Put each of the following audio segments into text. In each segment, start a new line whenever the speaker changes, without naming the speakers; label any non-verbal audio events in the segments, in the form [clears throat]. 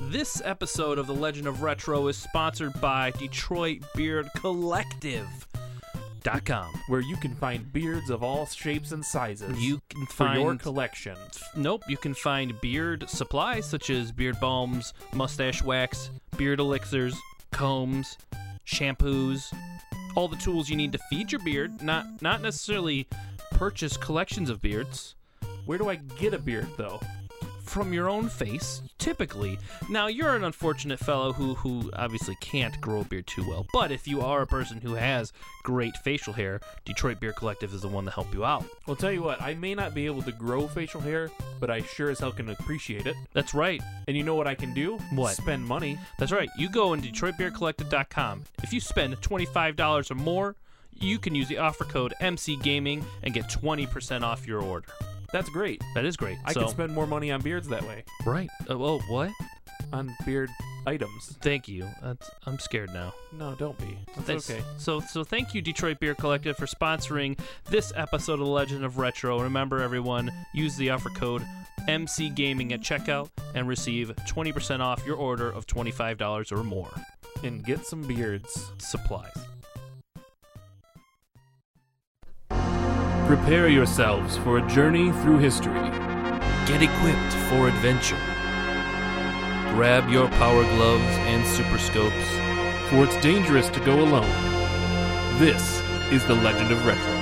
This episode of The Legend of Retro is sponsored by Detroit Beard Collective.com,
where you can find beards of all shapes and sizes.
You can
for your
find
collection.
Nope, you can find beard supplies such as beard balms, mustache wax, beard elixirs, combs, shampoos, all the tools you need to feed your beard, not not necessarily purchase collections of beards
Where do I get a beard though?
from your own face typically. Now, you're an unfortunate fellow who who obviously can't grow a beard too well, but if you are a person who has great facial hair, Detroit Beard Collective is the one to help you out.
Well, tell you what, I may not be able to grow facial hair, but I sure as hell can appreciate it.
That's right.
And you know what I can do?
What?
Spend money.
That's right. You go on DetroitBeerCollective.com. If you spend $25 or more, you can use the offer code MCGaming and get 20% off your order.
That's great.
That is great.
I
so,
can spend more money on beards that way.
Right. Uh, well, what?
On beard items.
Thank you. That's, I'm scared now.
No, don't be. That's
That's-
okay.
So, so thank you, Detroit Beer Collective, for sponsoring this episode of The Legend of Retro. Remember, everyone, use the offer code MCGaming at checkout and receive 20% off your order of $25 or more.
And get some beards.
Supplies.
Prepare yourselves for a journey through history.
Get equipped for adventure. Grab your power gloves and super scopes.
For it's dangerous to go alone. This is the Legend of Retro.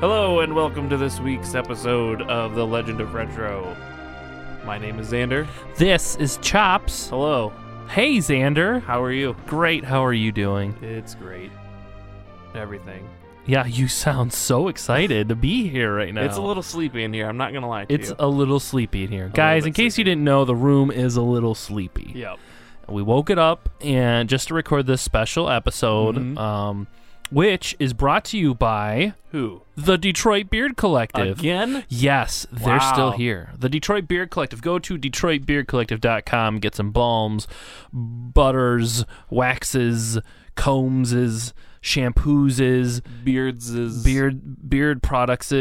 Hello, and welcome to this week's episode of the Legend of Retro. My name is Xander.
This is Chops.
Hello.
Hey, Xander.
How are you?
Great. How are you doing?
It's great. Everything.
Yeah, you sound so excited to be here right now.
It's a little sleepy in here. I'm not gonna lie to
It's
you.
a little sleepy in here, guys.
bit
In case you didn't know, the room is a little sleepy.
yep.
We woke it up and just to record this special episode,
Mhm.
um, which is brought to you by
Who?
the Detroit Beard Collective.
Again?
Yes, they're still
Wow.
here. The Detroit Beard Collective. Go to DetroitBeardCollective.com, get some balms, butters, waxes, combses, shampooses,
Beards is
beard beard products,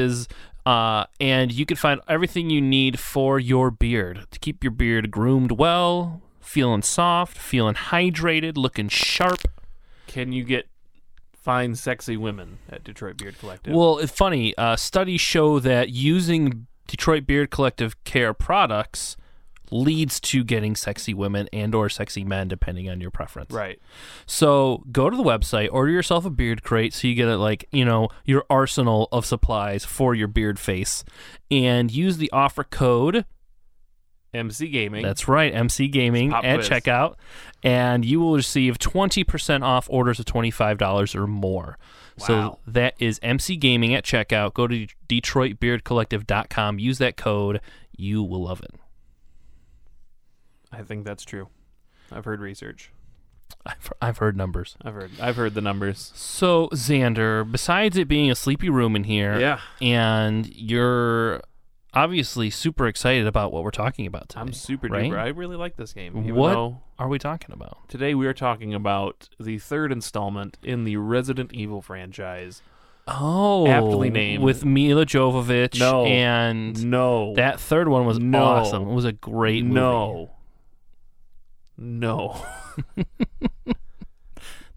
uh, and you can find everything you need for your beard to keep your beard groomed well, feeling soft, feeling hydrated, looking sharp.
Can you get fine, sexy women at Detroit Beard Collective?
Well, it's funny. Uh, studies show that using Detroit Beard Collective care products leads to getting sexy women and or sexy men depending on your preference.
right.
So, go to the website, order yourself a beard crate so you get a, like, you know, your arsenal of supplies for your beard face and use the offer code
MC Gaming.
That's right, MC Gaming
Pop
at
quiz.
checkout, and you will receive 20% off orders of $25 or more. So
Wow.
that is MC Gaming at checkout. Go to DetroitBeardCollective.com, use that code. You will love it.
I think that's true. I've heard research.
I've, I've heard numbers.
I've heard. I've heard the numbers.
So, Xander, besides it being a sleepy room in here,
Yeah.
and you're obviously super excited about what we're talking about today.
I'm super
right?
duper. I really like this game. even
What?
though
Are we talking about?
Today we are talking about the third installment in the Resident Evil franchise.
Oh,
Aptly named.
with Mila Jovovich
No.
and
No.
That third one was
No.
awesome. It was a great movie.
no. No. [laughs]
no,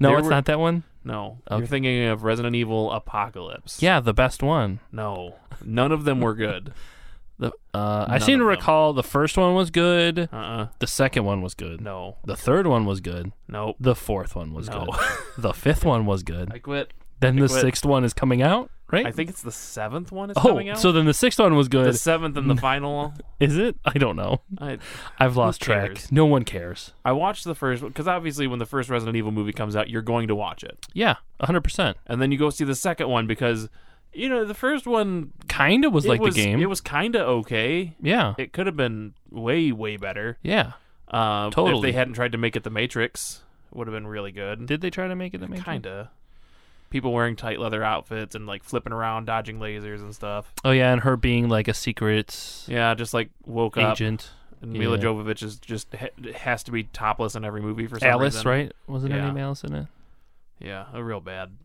There
it's
were-
not that one.
No.
Okay.
You're thinking of Resident Evil Apocalypse.
Yeah, the best one.
No. None of them were good. [laughs]
The uh, I
None
seem to
of them.
recall the first one was good.
Uh uh
The second one was good.
No.
The third one was good.
Nope.
The fourth one was
No.
good.
[laughs]
The fifth one was good.
I quit.
Then the
quit.
sixth one is coming out, right?
I think it's the seventh one is
oh,
coming out.
so then the sixth one was
the
good. [laughs]
seventh and the final.
is it? I don't know.
I
I've lost track.
cares?
No one cares.
I watched the first because obviously when the first Resident Evil movie comes out, you're going to watch it,
Yeah, hundred percent.
and then you go see the second one because you know the first one
Kinda was
it
like
was,
the game.
It was kind of okay.
yeah,
It could have been way way better.
yeah.
Um, If
Totally.
they hadn't tried to make it the Matrix, would have been really good.
Did they try to make it? The Matrix?
Kinda. People wearing tight leather outfits and like flipping around, dodging lasers and stuff.
Oh yeah, and her being like a secret
Yeah, just like woke up.
agent.
And Mila
Yeah.
Jovovich is just ha- has to be topless in every movie for some
Alice,
reason.
right? Wasn't her
Yeah.
name Alice in it?
Yeah, a real bad.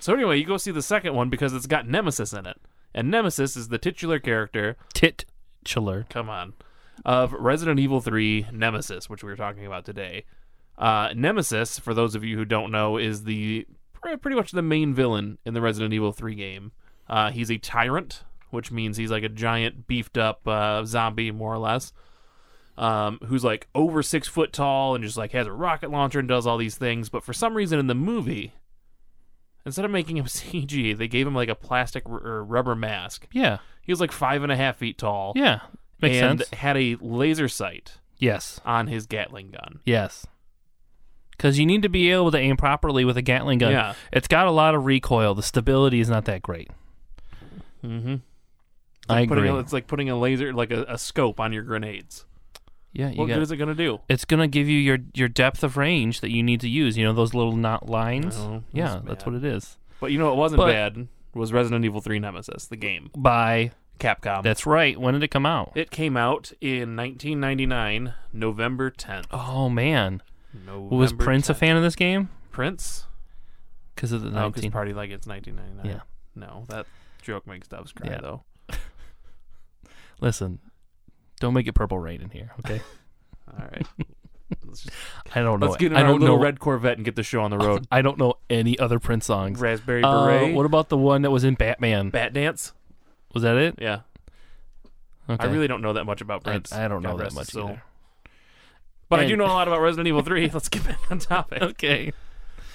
So anyway, you go see the second one because it's got Nemesis in it, and Nemesis is the titular character.
Titular.
Come on, of Resident Evil 3 Nemesis, which we were talking about today. Uh, Nemesis, for those of you who don't know, is the pre- pretty much the main villain in the Resident Evil 3 game. Uh, he's a tyrant, which means he's like a giant, beefed up uh, zombie, more or less um, who's like over six foot tall and just like has a rocket launcher and does all these things. But for some reason in the movie, instead of making him [laughs] CG, they gave him like a plastic r- or rubber mask.
Yeah.
He was like five and a half feet tall.
Yeah. Makes
and
sense.
had a laser sight
Yes.
on his Gatling gun.
Yes. Because you need to be able to aim properly with a Gatling gun.
Yeah.
It's got a lot of recoil. The stability is not that great.
Mm-hmm.
I
putting
agree.
A, it's like putting a laser, like a, a scope on your grenades.
yeah, you
What
got.
good is it going to do?
it's gonna give you your your depth of range that you need to use. You know those little knot lines.
No,
yeah,
Oh, that's
that's
bad.
what it is.
But you know what wasn't
But-
bad was Resident Evil 3 Nemesis, the game.
By
Capcom.
that's right. When did it come out?
It came out in 1999, November 10th.
Oh man,
November
was Prince a
10th.
fan of this game?
Prince?
Because of the
No, because
nineteen.
party like it's 1999.
Yeah.
No, that joke makes doves cry
Yeah.
though.
Listen, don't make it purple rain in here. Okay,
All
[laughs]
right. let's, just,
I don't know.
let's get in
I
our
don't know.
little red Corvette and get the show on
[laughs]
the road.
I don't know any other Prince songs.
Raspberry
Uh,
beret.
what about the one that was in Batman?
Bat dance.
Was that it?
Yeah.
Okay.
I really don't know that much about
I-
Prince.
I, don't know
God
that
rest
much
his soul.
either.
But I
And-
do know a lot about Resident
[laughs]
Evil 3. Let's get back on topic.
Okay.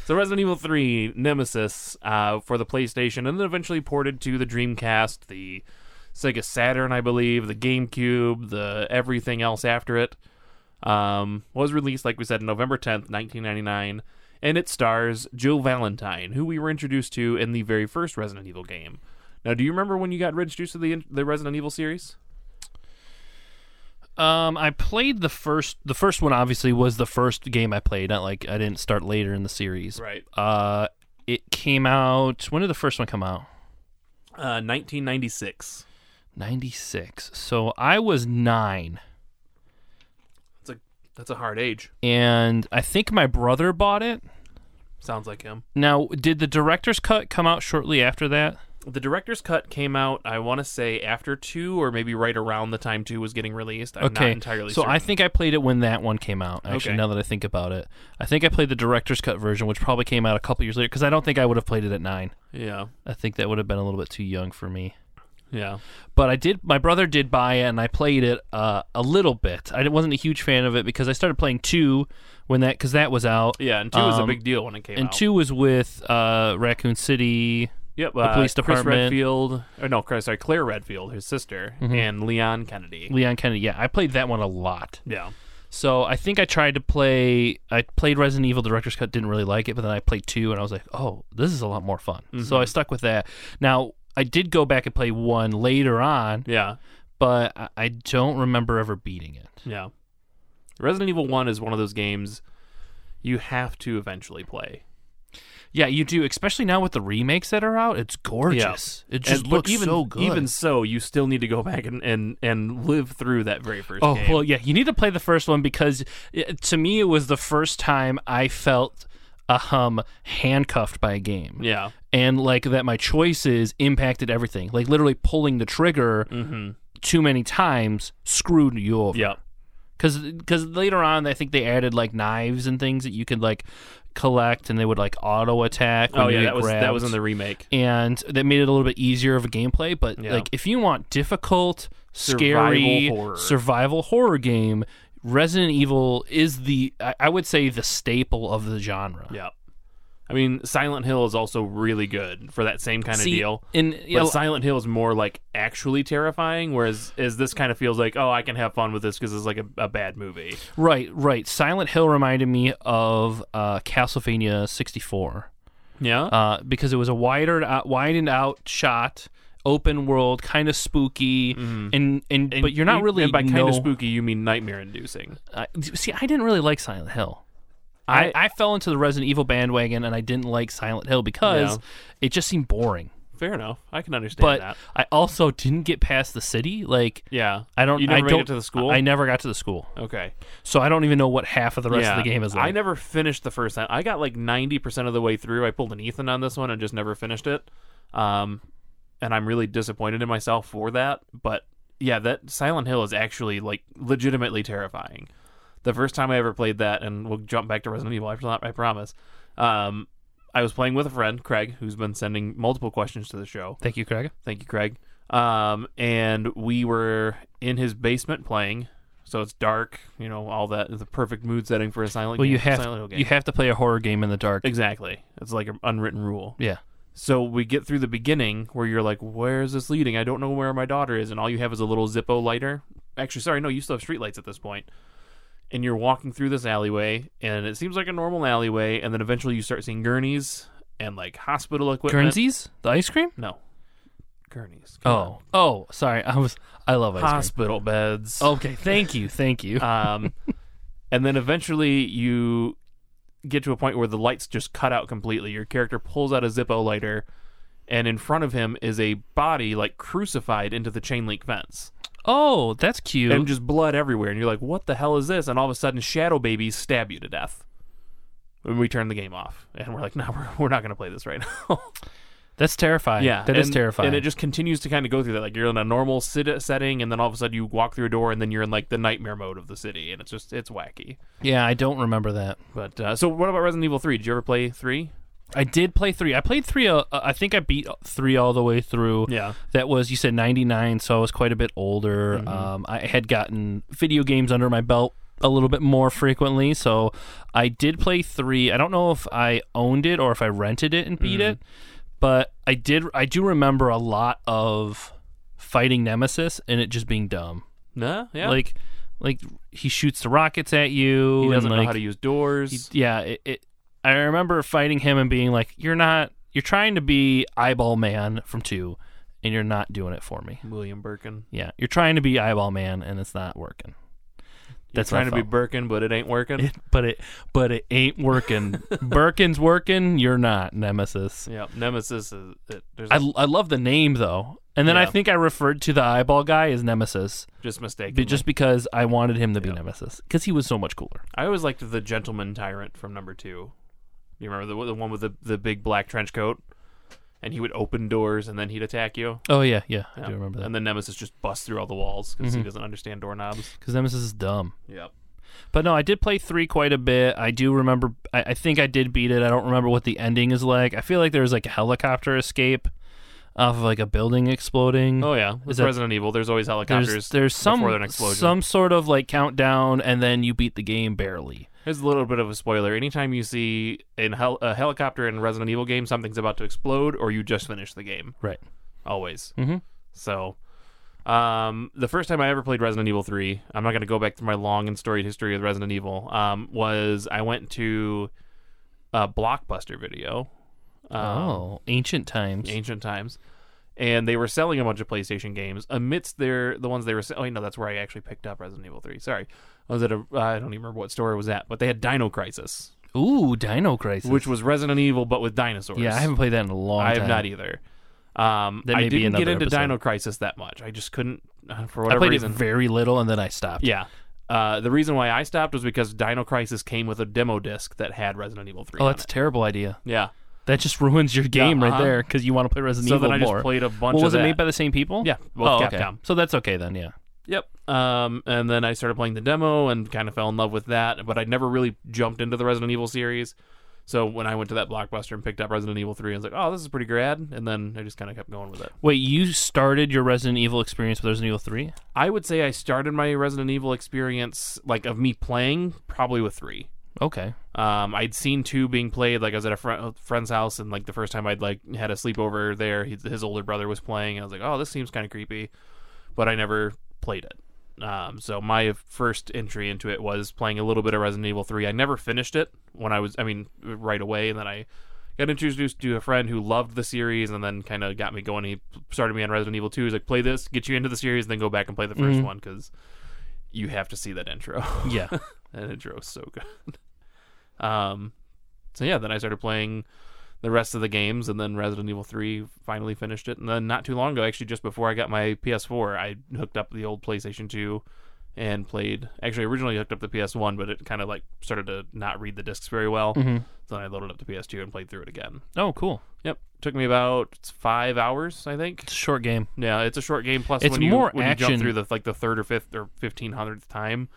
So Resident Evil 3 Nemesis uh, for the PlayStation, and then eventually ported to the Dreamcast, the Sega Saturn, I believe, the GameCube, the everything else after it. Um, was released, like we said, November 10th, 1999, and it stars Jill Valentine, who we were introduced to in the very first Resident Evil game. Now, do you remember when you got introduced to the the Resident Evil series?
Um, I played the first. The first one obviously was the first game I played. Not like I didn't start later in the series.
Right.
Uh, it came out. When did the first one come out?
Uh, 1996.
Ninety six. So I was nine,
That's a that's a hard age.
and I think my brother bought it.
Sounds like him.
Now, did the director's cut come out shortly after that?
the director's cut came out i want to say after two or maybe right around the time two was getting released i'm
okay.
not entirely
so
certain.
I think I played it when that one came out. Actually,
Okay.
now that I think about it, I think I played the director's cut version, which probably came out a couple years later. Because I don't think I would have played it at nine.
yeah
I think that would have been a little bit too young for me.
yeah
but I did. My brother did buy it, and I played it uh, a little bit. I wasn't a huge fan of it because I started playing two when that because that was out,
yeah and two was a
Um,
big deal when it came
and
out
two was with uh, Raccoon City.
yep uh,
the police
Chris
department. Mm-hmm.
redfield or no Chris, sorry claire redfield his sister and leon kennedy
Leon Kennedy. Yeah, I played that one a lot.
yeah
So I think I tried to play. I played Resident Evil Director's Cut, didn't really like it, but then I played two, and I was like, oh, this is a lot more fun. So I stuck with that. Now I did go back and play one later on,
yeah
but I, I don't remember ever beating it.
yeah resident evil 1 is one of those games you have to eventually play
Yeah, you do, especially now with the remakes that are out. It's gorgeous. It just
And- but
looks
even,
so good.
even so you still need to go back and, and, and live through that very first
oh
game
well, yeah, you need to play the first one because it, to me it was the first time I felt um handcuffed by a game.
yeah
And like that my choices impacted everything. Like literally pulling the trigger too many times screwed you over.
Mm-hmm. yeah
Cuz later on I think they added like knives and things that you could like collect and they would like auto attack when
oh yeah
you
that was that
grabbed.
was in the remake
and that made it a little bit easier of a gameplay. But
Yeah.
like, if you want difficult, scary
Survival horror.
survival horror game, Resident Evil is the I, I would say the staple of the genre.
Yeah. I mean, Silent Hill is also really good for that same kind of
See,
deal.
in
But Silent Hill is more like actually terrifying, whereas is this kind of feels like, oh, I can have fun with this because it's like a, a bad movie.
right, right. Silent Hill reminded me of uh, Castlevania '64
Yeah.
uh, because it was a wider, uh, widened out shot. Open world, kind of spooky, and, and
Mm-hmm. And
but you're not
you-
really
And by kind
know-
of spooky, you mean nightmare inducing.
I, see, I didn't really like Silent Hill. I, I fell into the Resident Evil bandwagon and I didn't like Silent Hill because
Yeah.
it just seemed boring.
Fair enough. I can understand
But
that.
I also didn't get past the city. Like
Yeah.
I don't.
You never
I
made
don't,
it to the school.
I, I never got to the school,
okay.
so I don't even know what half of the rest of the game is like.
I never finished the first time. I got like ninety percent of the way through. I pulled an Ethan on this one and just never finished it. Um, and I'm really disappointed in myself for that. But yeah, that Silent Hill is actually like legitimately terrifying. The first time I ever played that, and we'll jump back to Resident Evil. I, pro- I promise. Um, I was playing with a friend, Craig, who's been sending multiple questions to the show.
Thank you, Craig.
Thank you, Craig. Um, and we were in his basement playing. So it's dark, you know, all that the perfect mood setting for a silent.
Well,
game,
you have
Silent Hill game.
you have to play a horror game in the dark.
exactly. It's like an unwritten rule.
Yeah.
So we get through the beginning where you're like, "Where is this leading? I don't know where my daughter is," and all you have is a little Zippo lighter. Actually, sorry, no, you still have streetlights at this point. And you're walking through this alleyway, and it seems like a normal alleyway, and then eventually you start seeing gurneys and like hospital equipment.
Guernseys, the ice cream.
No, gurneys. Come on.
Oh, oh, sorry. I was I love ice cream.
hospital beds.
Okay, thank you, thank
[laughs]
you.
Um, and then eventually you get to a point where the lights just cut out completely. Your character pulls out a Zippo lighter, and in front of him is a body like crucified into the chain link fence,
oh, that's cute.
and just blood everywhere. And you're like, "What the hell is this?" And all of a sudden, shadow babies stab you to death. And we turn the game off, and we're like, "No, we're, we're not going to play this right now."
that's terrifying.
Yeah,
that is
and-
terrifying.
And it just continues to kind of go through that. Like you're in a normal sit- setting, and then all of a sudden you walk through a door, and then you're in like the nightmare mode of the city, and it's just it's wacky.
yeah, I don't remember that.
But uh, so what about Resident Evil Three? Did you ever play Three?
I did play three. I played three. Uh, I think I beat three all the way through.
Yeah.
That was you said ninety nine, so I was quite a bit older.
Mm-hmm.
Um, I had gotten video games under my belt a little bit more frequently, so I did play three. I don't know if I owned it or if I rented it and beat
Mm-hmm.
it, but I did. I do remember a lot of fighting Nemesis and it just being dumb.
No. Yeah.
Like, like he shoots the rockets at you.
he doesn't
and
know
like,
how to use doors.
he- yeah, it, it. I remember fighting him and being like, "You're not. You're trying to be Eyeball Man from two, and you're not doing it for me.
William Birkin.
Yeah, you're trying to be Eyeball Man, and it's not working. That's
That's trying
my
to be
fault. [laughs]
Birkin, but it ain't working. [laughs]
It, but it, but it ain't [laughs] working. Birkin's working. You're not Nemesis.
yeah. Nemesis is. It, there's
I, I love the name though, and then I
Yeah.
think I referred to the Eyeball guy as Nemesis,
just mistaken.
but just because I wanted him to be Nemesis because he was so much cooler.
I always liked the gentleman tyrant from number two. You remember the the one with the the big black trench coat, and he would open doors and then he'd attack you.
Oh yeah, yeah, I
Yeah.
do remember that Mm-hmm.
And then Nemesis just busts through all the walls because he doesn't understand doorknobs.
because Nemesis is dumb.
Yep.
But no, I did play three quite a bit. I do remember. I, I think I did beat it. I don't remember what the ending is like. I feel like there was like a helicopter escape off of like a building exploding.
Oh yeah, with
that-
Resident Evil, there's always helicopters.
there's there's
before
some
an explosion.
some sort of like countdown, and then you beat the game barely.
Here's a little bit of a spoiler. Anytime you see in hel- a helicopter in a Resident Evil game, something's about to explode, or you just finished the game.
Right.
Always.
Mhm.
So, um, the first time I ever played Resident Evil 3, I'm not going to go back through my long and storied history with Resident Evil, um, was I went to a Blockbuster video. um,
oh, ancient times.
ancient times, and they were selling a bunch of PlayStation games amidst their the ones they were. se- Oh, wait, no, that's where I actually picked up Resident Evil Three. Sorry, I was at a uh, I don't even remember what store it was at, but they had Dino Crisis,
Ooh, Dino Crisis.
which was Resident Evil but with dinosaurs.
yeah, I haven't played that in a long
I
time.
have not either. Um,
That
I
may be
didn't get
another
into
episode.
Dino Crisis that much. I just couldn't uh, for
I
whatever
played
reason.
it very little, and then I stopped.
yeah. Uh, the reason why I stopped was because Dino Crisis came with a demo disc that had Resident Evil 3
Oh,
on
that's a
it.
terrible idea.
Yeah.
That just [laughs] ruins your game right
uh-huh.
there because you want to play Resident
So
Evil
then I
more.
just played a bunch
well,
of
was it
that.
made by the same people?
Yeah, both
oh,
Capcom.
okay. So that's okay then. Yeah.
Yep. Um, and then I started playing the demo and kind of fell in love with that, but I never really jumped into the Resident Evil series. So when I went to that blockbuster and picked up Resident Evil 3, I was like, oh, this is pretty rad. And then I just kind of kept going with it.
Wait, you started your Resident Evil experience with Resident Evil 3?
I would say I started my Resident Evil experience, like of me playing, probably with 3.
Okay.
Um, I'd seen two being played. Like I was at a fr- a friend's house, and like the first time I'd like had a sleepover there, his, his older brother was playing, and I was like, "Oh, this seems kind of creepy," but I never played it. Um, so my first entry into it was playing a little bit of Resident Evil Three. I never finished it when I was, I mean, right away, and then I got introduced to a friend who loved the series, and then kind of got me going. He started me on Resident Evil Two. He's like, "Play this, get you into the series, then go back and play the 1st one 'cause one because you have to see that intro."
Yeah.
[laughs] That intro was so good. [laughs] Um, so yeah, then I started playing the rest of the games, and then Resident Evil Three finally finished it, and then not too long ago, actually just before I got my PS4, I hooked up the old PlayStation Two and played. Actually, originally hooked up the PS One, but it kind of like started to not read the discs very well, then I loaded up the PS2 and played through it again.
Oh, cool.
Yep, took me about five hours, I think.
It's a short game.
Yeah, it's a short game. Plus,
It's
when you
more
when you
action.
jump through the like the third or fifth or fifteen hundredth time,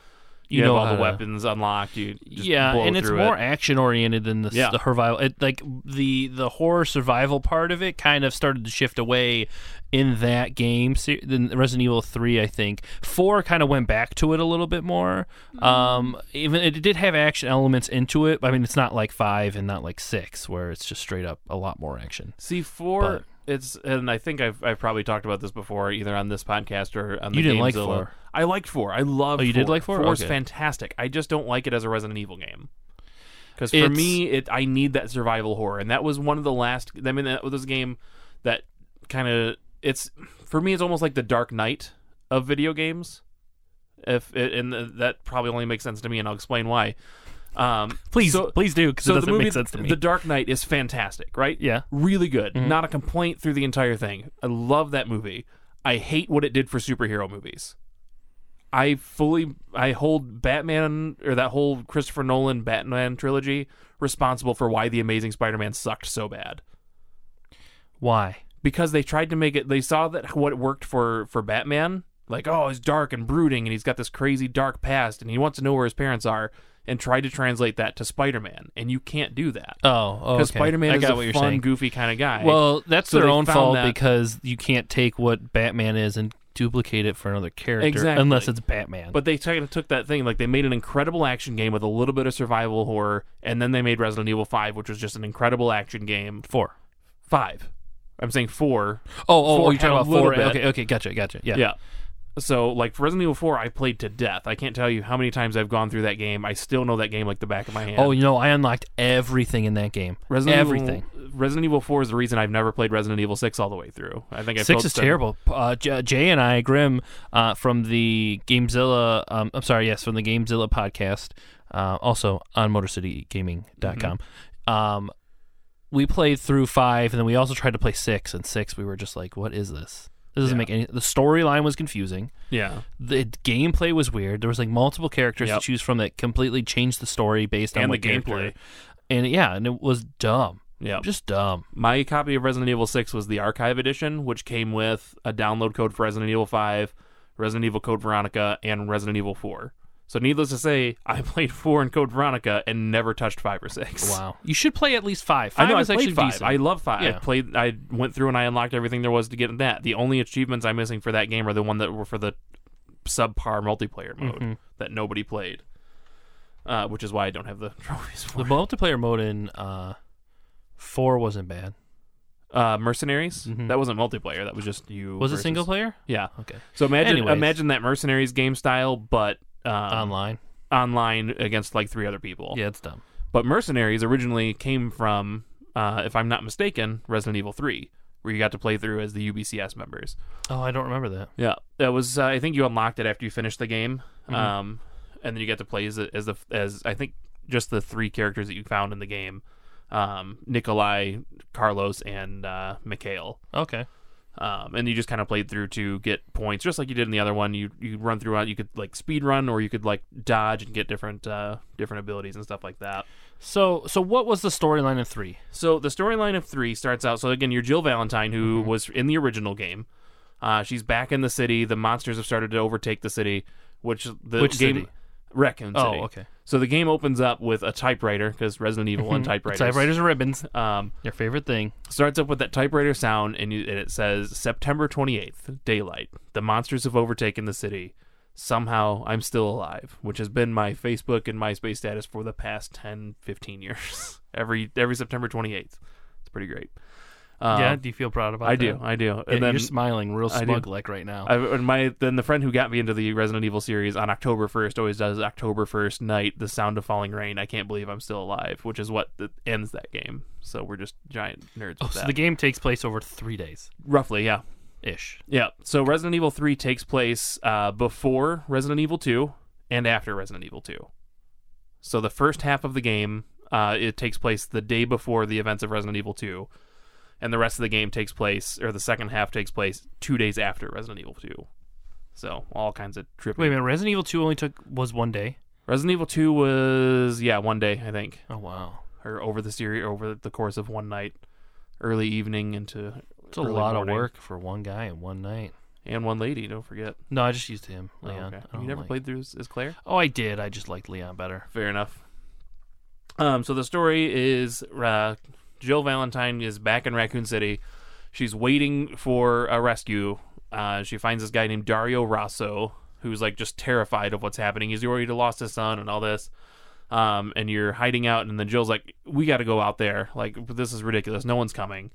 You
you, have
know
all
how
the
to-
weapons unlocked. You just
uh, yeah,
blow
and it's
through
more
it.
action oriented than the, s-
Yeah.
the survival. It, like the the horror survival part of it kind of started to shift away in that game. se- Than Resident Evil Three, I think four kind of went back to it a little bit more. Um, even it did have action elements into it. I mean, it's not like five and not like six, where it's just straight up a lot more action.
See four. It's and I think I've I've probably talked about this before, either on this podcast or on the
You didn't like
Gamezilla.
four.
I liked four. I love.
Oh, you did like four?
Four's
Okay.
fantastic. I just don't like it as a Resident Evil game. Because for
It's-
me, it I need that survival horror, and that was one of the last. I mean, that was a game that kind of it's for me. It's almost like the Dark Knight of video games. If it, and that probably only makes sense to me, and I'll explain why. Um,
Please,
so-
please do because
so
it doesn't
the movie,
make sense to me.
The Dark Knight is fantastic, right?
yeah, Mm-hmm.
really good. Not a complaint through the entire thing. I love that movie. I hate what it did for superhero movies. I fully I hold Batman or that whole Christopher Nolan Batman trilogy responsible for why the Amazing Spider-Man sucked so bad.
why?
Because they tried to make it they saw that what worked for for Batman, like oh, he's dark and brooding and he's got this crazy dark past and he wants to know where his parents are and tried to translate that to Spider-Man and you can't do that.
Oh, oh
Because
okay.
Spider-Man
I
is
got
a
what you're
fun,
saying.
goofy kind of guy.
Well, that's
So
their
they
own
found
fault
that-
because you can't take what Batman is and duplicate it for another character
Exactly.
unless it's Batman.
But they kind of took that thing, like they made an incredible action game with a little bit of survival horror, and then they made Resident Evil Five, which was just an incredible action game.
four.
Five, I'm saying four.
Oh, oh,
Four
oh, you're talking
had a
about four.
little bit.
Okay, okay, gotcha, gotcha. Yeah.
Yeah. So like for Resident Evil Four, I played to death. I can't tell you how many times I've gone through that game. I still know that game like the back of my hand.
Oh, you know, I unlocked everything in that game.
Resident
everything.
Evil, Resident Evil Four is the reason I've never played Resident Evil Six all the way through. I think I
Six
told
is
Stefan-
terrible. Uh, J- Jay and I, Grim, uh, from the Gamezilla, um, I'm sorry, yes, from the Gamezilla podcast, uh, also on MotorCityGaming.com.
Mm-hmm.
Um, we played through five, and then we also tried to play six. And six, we were just like, "What is this? This doesn't
Yeah.
make any." The storyline was confusing.
Yeah.
The gameplay was weird. There was like multiple characters
Yep.
to choose from that completely changed the story based on
And
what
the
character.
gameplay.
And yeah, and it was dumb,
Yeah.
just dumb.
My copy of Resident Evil 6 was the archive edition, which came with a download code for Resident Evil 5, Resident Evil Code Veronica, and Resident Evil 4. So, needless to say, [laughs] I played 4 and Code Veronica and never touched 5 or 6.
Wow, you should play at least five.
I
Five
know I
is
played
actually
five.
decent.
I love five. I
Yeah.
played. I went through and I unlocked everything there was to get in that. The only achievements I'm missing for that game are the one that were for the subpar multiplayer mode
Mm-hmm.
that nobody played, uh, which is why I don't have the [laughs] trophies for
The
it.
multiplayer mode in uh, four wasn't bad.
uh, Mercenaries. That wasn't multiplayer. That was just you.
Mm-hmm. Was
versus-
it single player?
Yeah.
Okay,
So imagine
Anyways.
imagine that mercenaries game style, but um,
online.
online against like three other people.
Yeah, it's dumb.
But mercenaries originally came from, uh, if I'm not mistaken, Resident Evil Three, where you got to play through as the UBCS members.
Oh, I don't remember that.
Yeah, that was. Uh, I think you unlocked it after you finished the game,
Mm-hmm.
um, and then you get to play as the, as the as I think just the three characters that you found in the game, um, Nikolai, Carlos, and uh, Mikhail
Okay,
um, and you just kind of played through to get points, just like you did in the other one. You you run through, you could like speed run, or you could like dodge and get different uh, different abilities and stuff like that.
so so what was the storyline in three?
So the storyline of three starts out. So again, you're Jill Valentine, who
Mm-hmm.
was in the original game. Uh, she's back in the city. The monsters have started to overtake the city, which the
Which
game
city?
Raccoon
Oh,
City.
okay.
So the game opens up with a typewriter because Resident Evil
Mm-hmm.
and typewriters.
Typewriters and ribbons,
Um,
your favorite thing.
starts up with that typewriter sound and, you, and it says september 28th daylight the monsters have overtaken the city somehow i'm still alive which has been my facebook and myspace status for the past 10 15 [laughs] years every every september 28th it's pretty great um,
yeah, do you feel proud about
i
that?
do i do and
Yeah,
then
you're smiling real
I do.
smug like right now.
I, and my then the friend who got me into the Resident Evil series on October 1st always does October 1st night the sound of falling rain I can't believe I'm still alive which is what the, ends that game so we're just giant nerds with
Oh, so
that
the game takes place over three days
roughly yeah
ish.
Yeah. So Resident Evil 3 takes place uh, before Resident Evil 2 and after Resident Evil 2. So the first half of the game, uh, it takes place the day before the events of Resident Evil 2, and the rest of the game takes place, or the second half takes place two days after Resident Evil 2. So all kinds of trippy.
Wait a minute, Resident Evil Two only took was one day.
Resident Evil 2 was yeah one day I think.
Oh wow.
or over the series, over the course of one night, early evening into
It's a
early
lot
morning.
of work for one guy in one night.
and one lady. Don't forget.
No, I just used him,
Oh,
Leon.
okay.
I
You
don't
never
like-
played through as, as Claire.
Oh, I did. I just liked Leon better.
Fair enough. Um, so the story is uh, Jill Valentine is back in Raccoon City. She's waiting for a rescue. Uh, she finds this guy named Dario Rosso, who's like just terrified of what's happening. He's already lost his son and all this. Um, and you're hiding out, and then Jill's like, "We got to go out there. Like this is ridiculous. No one's coming."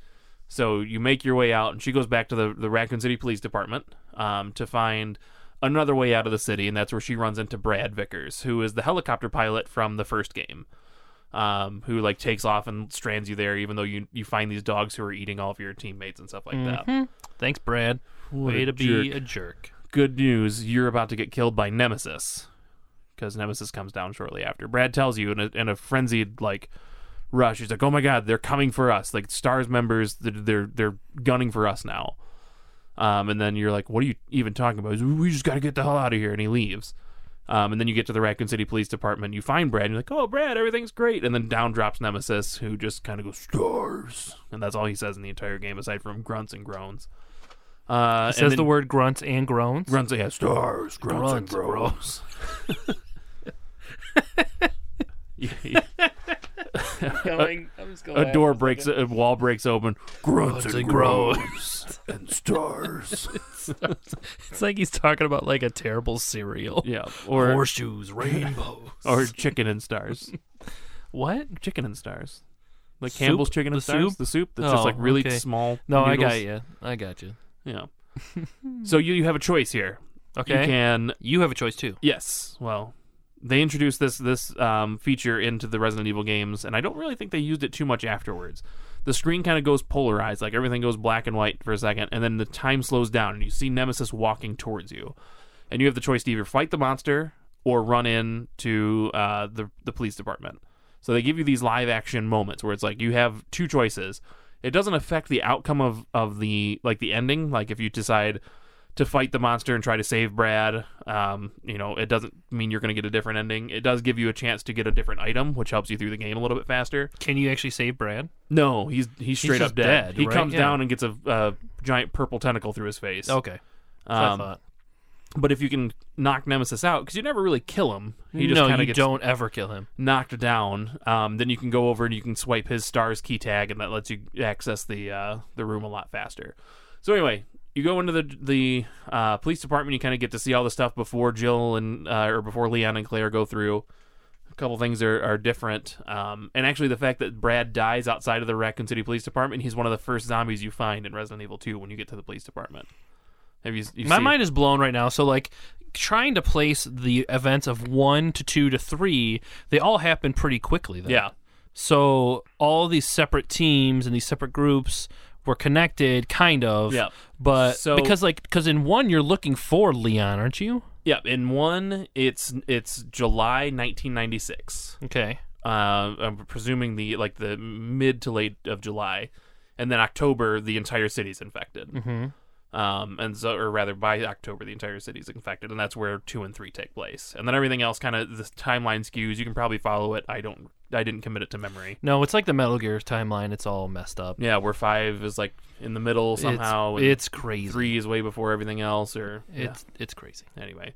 So you make your way out, and she goes back to the, the Raccoon City Police Department um, to find another way out of the city, and that's where she runs into Brad Vickers, who is the helicopter pilot from the first game, um, who like takes off and strands you there, even though you you find these dogs who are eating all of your teammates and stuff like that.
Thanks, Brad.
What
Way
a
to be
jerk.
a jerk.
Good news, you're about to get killed by Nemesis, because Nemesis comes down shortly after. Brad tells you in a, in a frenzied like rush, he's like, "Oh my God, they're coming for us! Like Stars members, they're they're, they're gunning for us now." Um, and then you're like, "What are you even talking about?" He's, we just got to get the hell out of here, and he leaves. Um, and then you get to the Raccoon City Police Department. You find Brad. And you're like, "Oh, Brad, everything's great." And then down drops Nemesis, who just kind of goes stars, and that's all he says in the entire game, aside from grunts and groans. Uh, and
Says
then-
the word grunts and
[laughs]
groans.
Grunts, yeah, stars, grunts, and
Grunts, bro.
groans.
[laughs]
[laughs] Yeah,
I'm just
a door breaks, a wall breaks open.
Grunts
Grunts, and,
and
groans [laughs]
[laughs]
and stars.
It's like he's talking about like a terrible cereal.
yeah,
[laughs]
or
Horseshoes, rainbows.
or chicken and stars,
what?
chicken and stars, like
Soup?
Campbell's chicken and
The
stars,
soup?
the soup that's just
Oh,
like really
okay.
small.
No, I
noodles.
got you. I got you.
Yeah.
[laughs]
so you you have a choice here.
Okay.
You can
You have a choice too.
Yes. Well, they introduced this this um, feature into the Resident Evil games, and I don't really think they used it too much afterwards. The screen kind of goes polarized, like everything goes black and white for a second, and then the time slows down, and you see Nemesis walking towards you, and you have the choice to either fight the monster or run in to uh, the the police department. So they give you these live action moments where it's like you have two choices. It doesn't affect the outcome of, of the like the ending. Like if you decide to fight the monster and try to save Brad. Um, you know, it doesn't mean you're going to get a different ending. It does give you a chance to get a different item, which helps you through the game a little bit faster.
Can you actually save Brad?
No, he's he's straight
just
up dead.
dead,
he
right?
comes
Yeah. Oh.
down and gets a, uh giant purple tentacle through his face.
Okay. That's what I
Um,
thought.
but if you can knock Nemesis out, because you never really kill him, he just
no,
kind
you
of gets
don't ever kill him.
knocked down. Um, then you can go over and you can swipe his stars key tag, and that lets you access the uh, the room a lot faster. So anyway, you go into the the uh, police department. You kind of get to see all the stuff before Jill and uh, or before Leon and Claire go through. A couple things are, are different, um, and actually the fact that Brad dies outside of the Raccoon City Police Department, he's one of the first zombies you find in Resident Evil Two when you get to the police department. Have you? you
My
seen-
mind is blown right now. So like trying to place the events of 1 to 2 to 3, they all happen pretty quickly though.
yeah,
So all these separate teams and these separate groups were connected kind of.
Yeah.
But
So-
because like cuz in 1 you're looking for Leon, aren't you?
yeah. In one, it's it's July 1996.
Okay.
uh, I'm presuming the like the mid to late of July, and then October the entire city's infected. Mm-hmm. Um, and so, or rather, by October the entire city's infected, and that's where two and three take place, and then everything else kind of the timeline skews. You can probably follow it. I don't. I didn't commit it to memory.
No, it's like the Metal Gear timeline. It's all messed up.
Yeah, where five is like in the middle somehow.
it's,
and
it's crazy.
three is way before everything else, or yeah
It's it's crazy.
anyway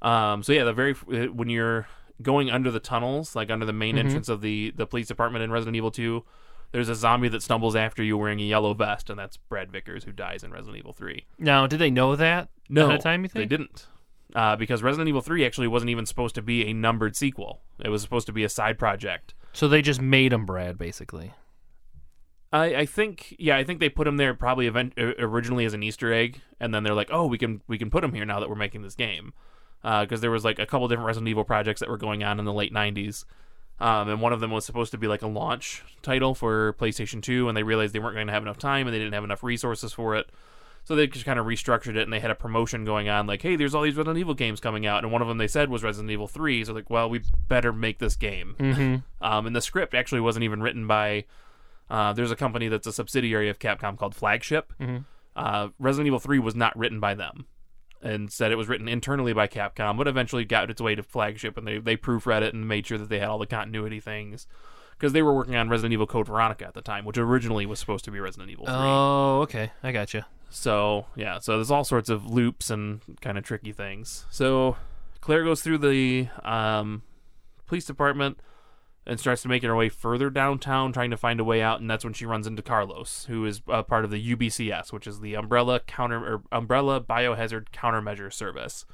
um so yeah the very uh, when you're going under the tunnels like under the main entrance of the the police department in resident evil 2 there's a zombie that stumbles after you wearing a yellow vest and that's brad vickers who dies in resident evil 3
Now, did they know that
no
ahead of time? You think
they didn't uh, because resident evil 3 actually wasn't even supposed to be a numbered sequel it was supposed to be a side project
So they just made him Brad, basically.
I, I think yeah I think they put him there probably event- o- originally as an Easter egg and then they're like oh we can we can put him here now that we're making this game because there was like a couple different Resident Evil projects that were going on in the late 90s um, and one of them was supposed to be like a launch title for PlayStation 2 and they realized they weren't going to have enough time and they didn't have enough resources for it so they just kind of restructured it and they had a promotion going on like hey there's all these Resident Evil games coming out and one of them they said was Resident Evil 3 so like well we better make this game [laughs] um, and the script actually wasn't even written by uh, there's a company that's a subsidiary of Capcom called Flagship. Uh, Resident Evil 3 was not written by them. Instead, it was written internally by Capcom, but eventually got its way to Flagship, and they, they proofread it and made sure that they had all the continuity things. because they were working on Resident Evil Code Veronica at the time, which originally was supposed to be Resident Evil 3.
Oh, okay. I gotcha.
So yeah, so there's all sorts of loops and kind of tricky things. So Claire goes through the um, police department and starts to make her way further downtown, trying to find a way out. And that's when she runs into Carlos, who is uh, part of the UBCS, which is the Umbrella Counter or Umbrella Biohazard Countermeasure Service,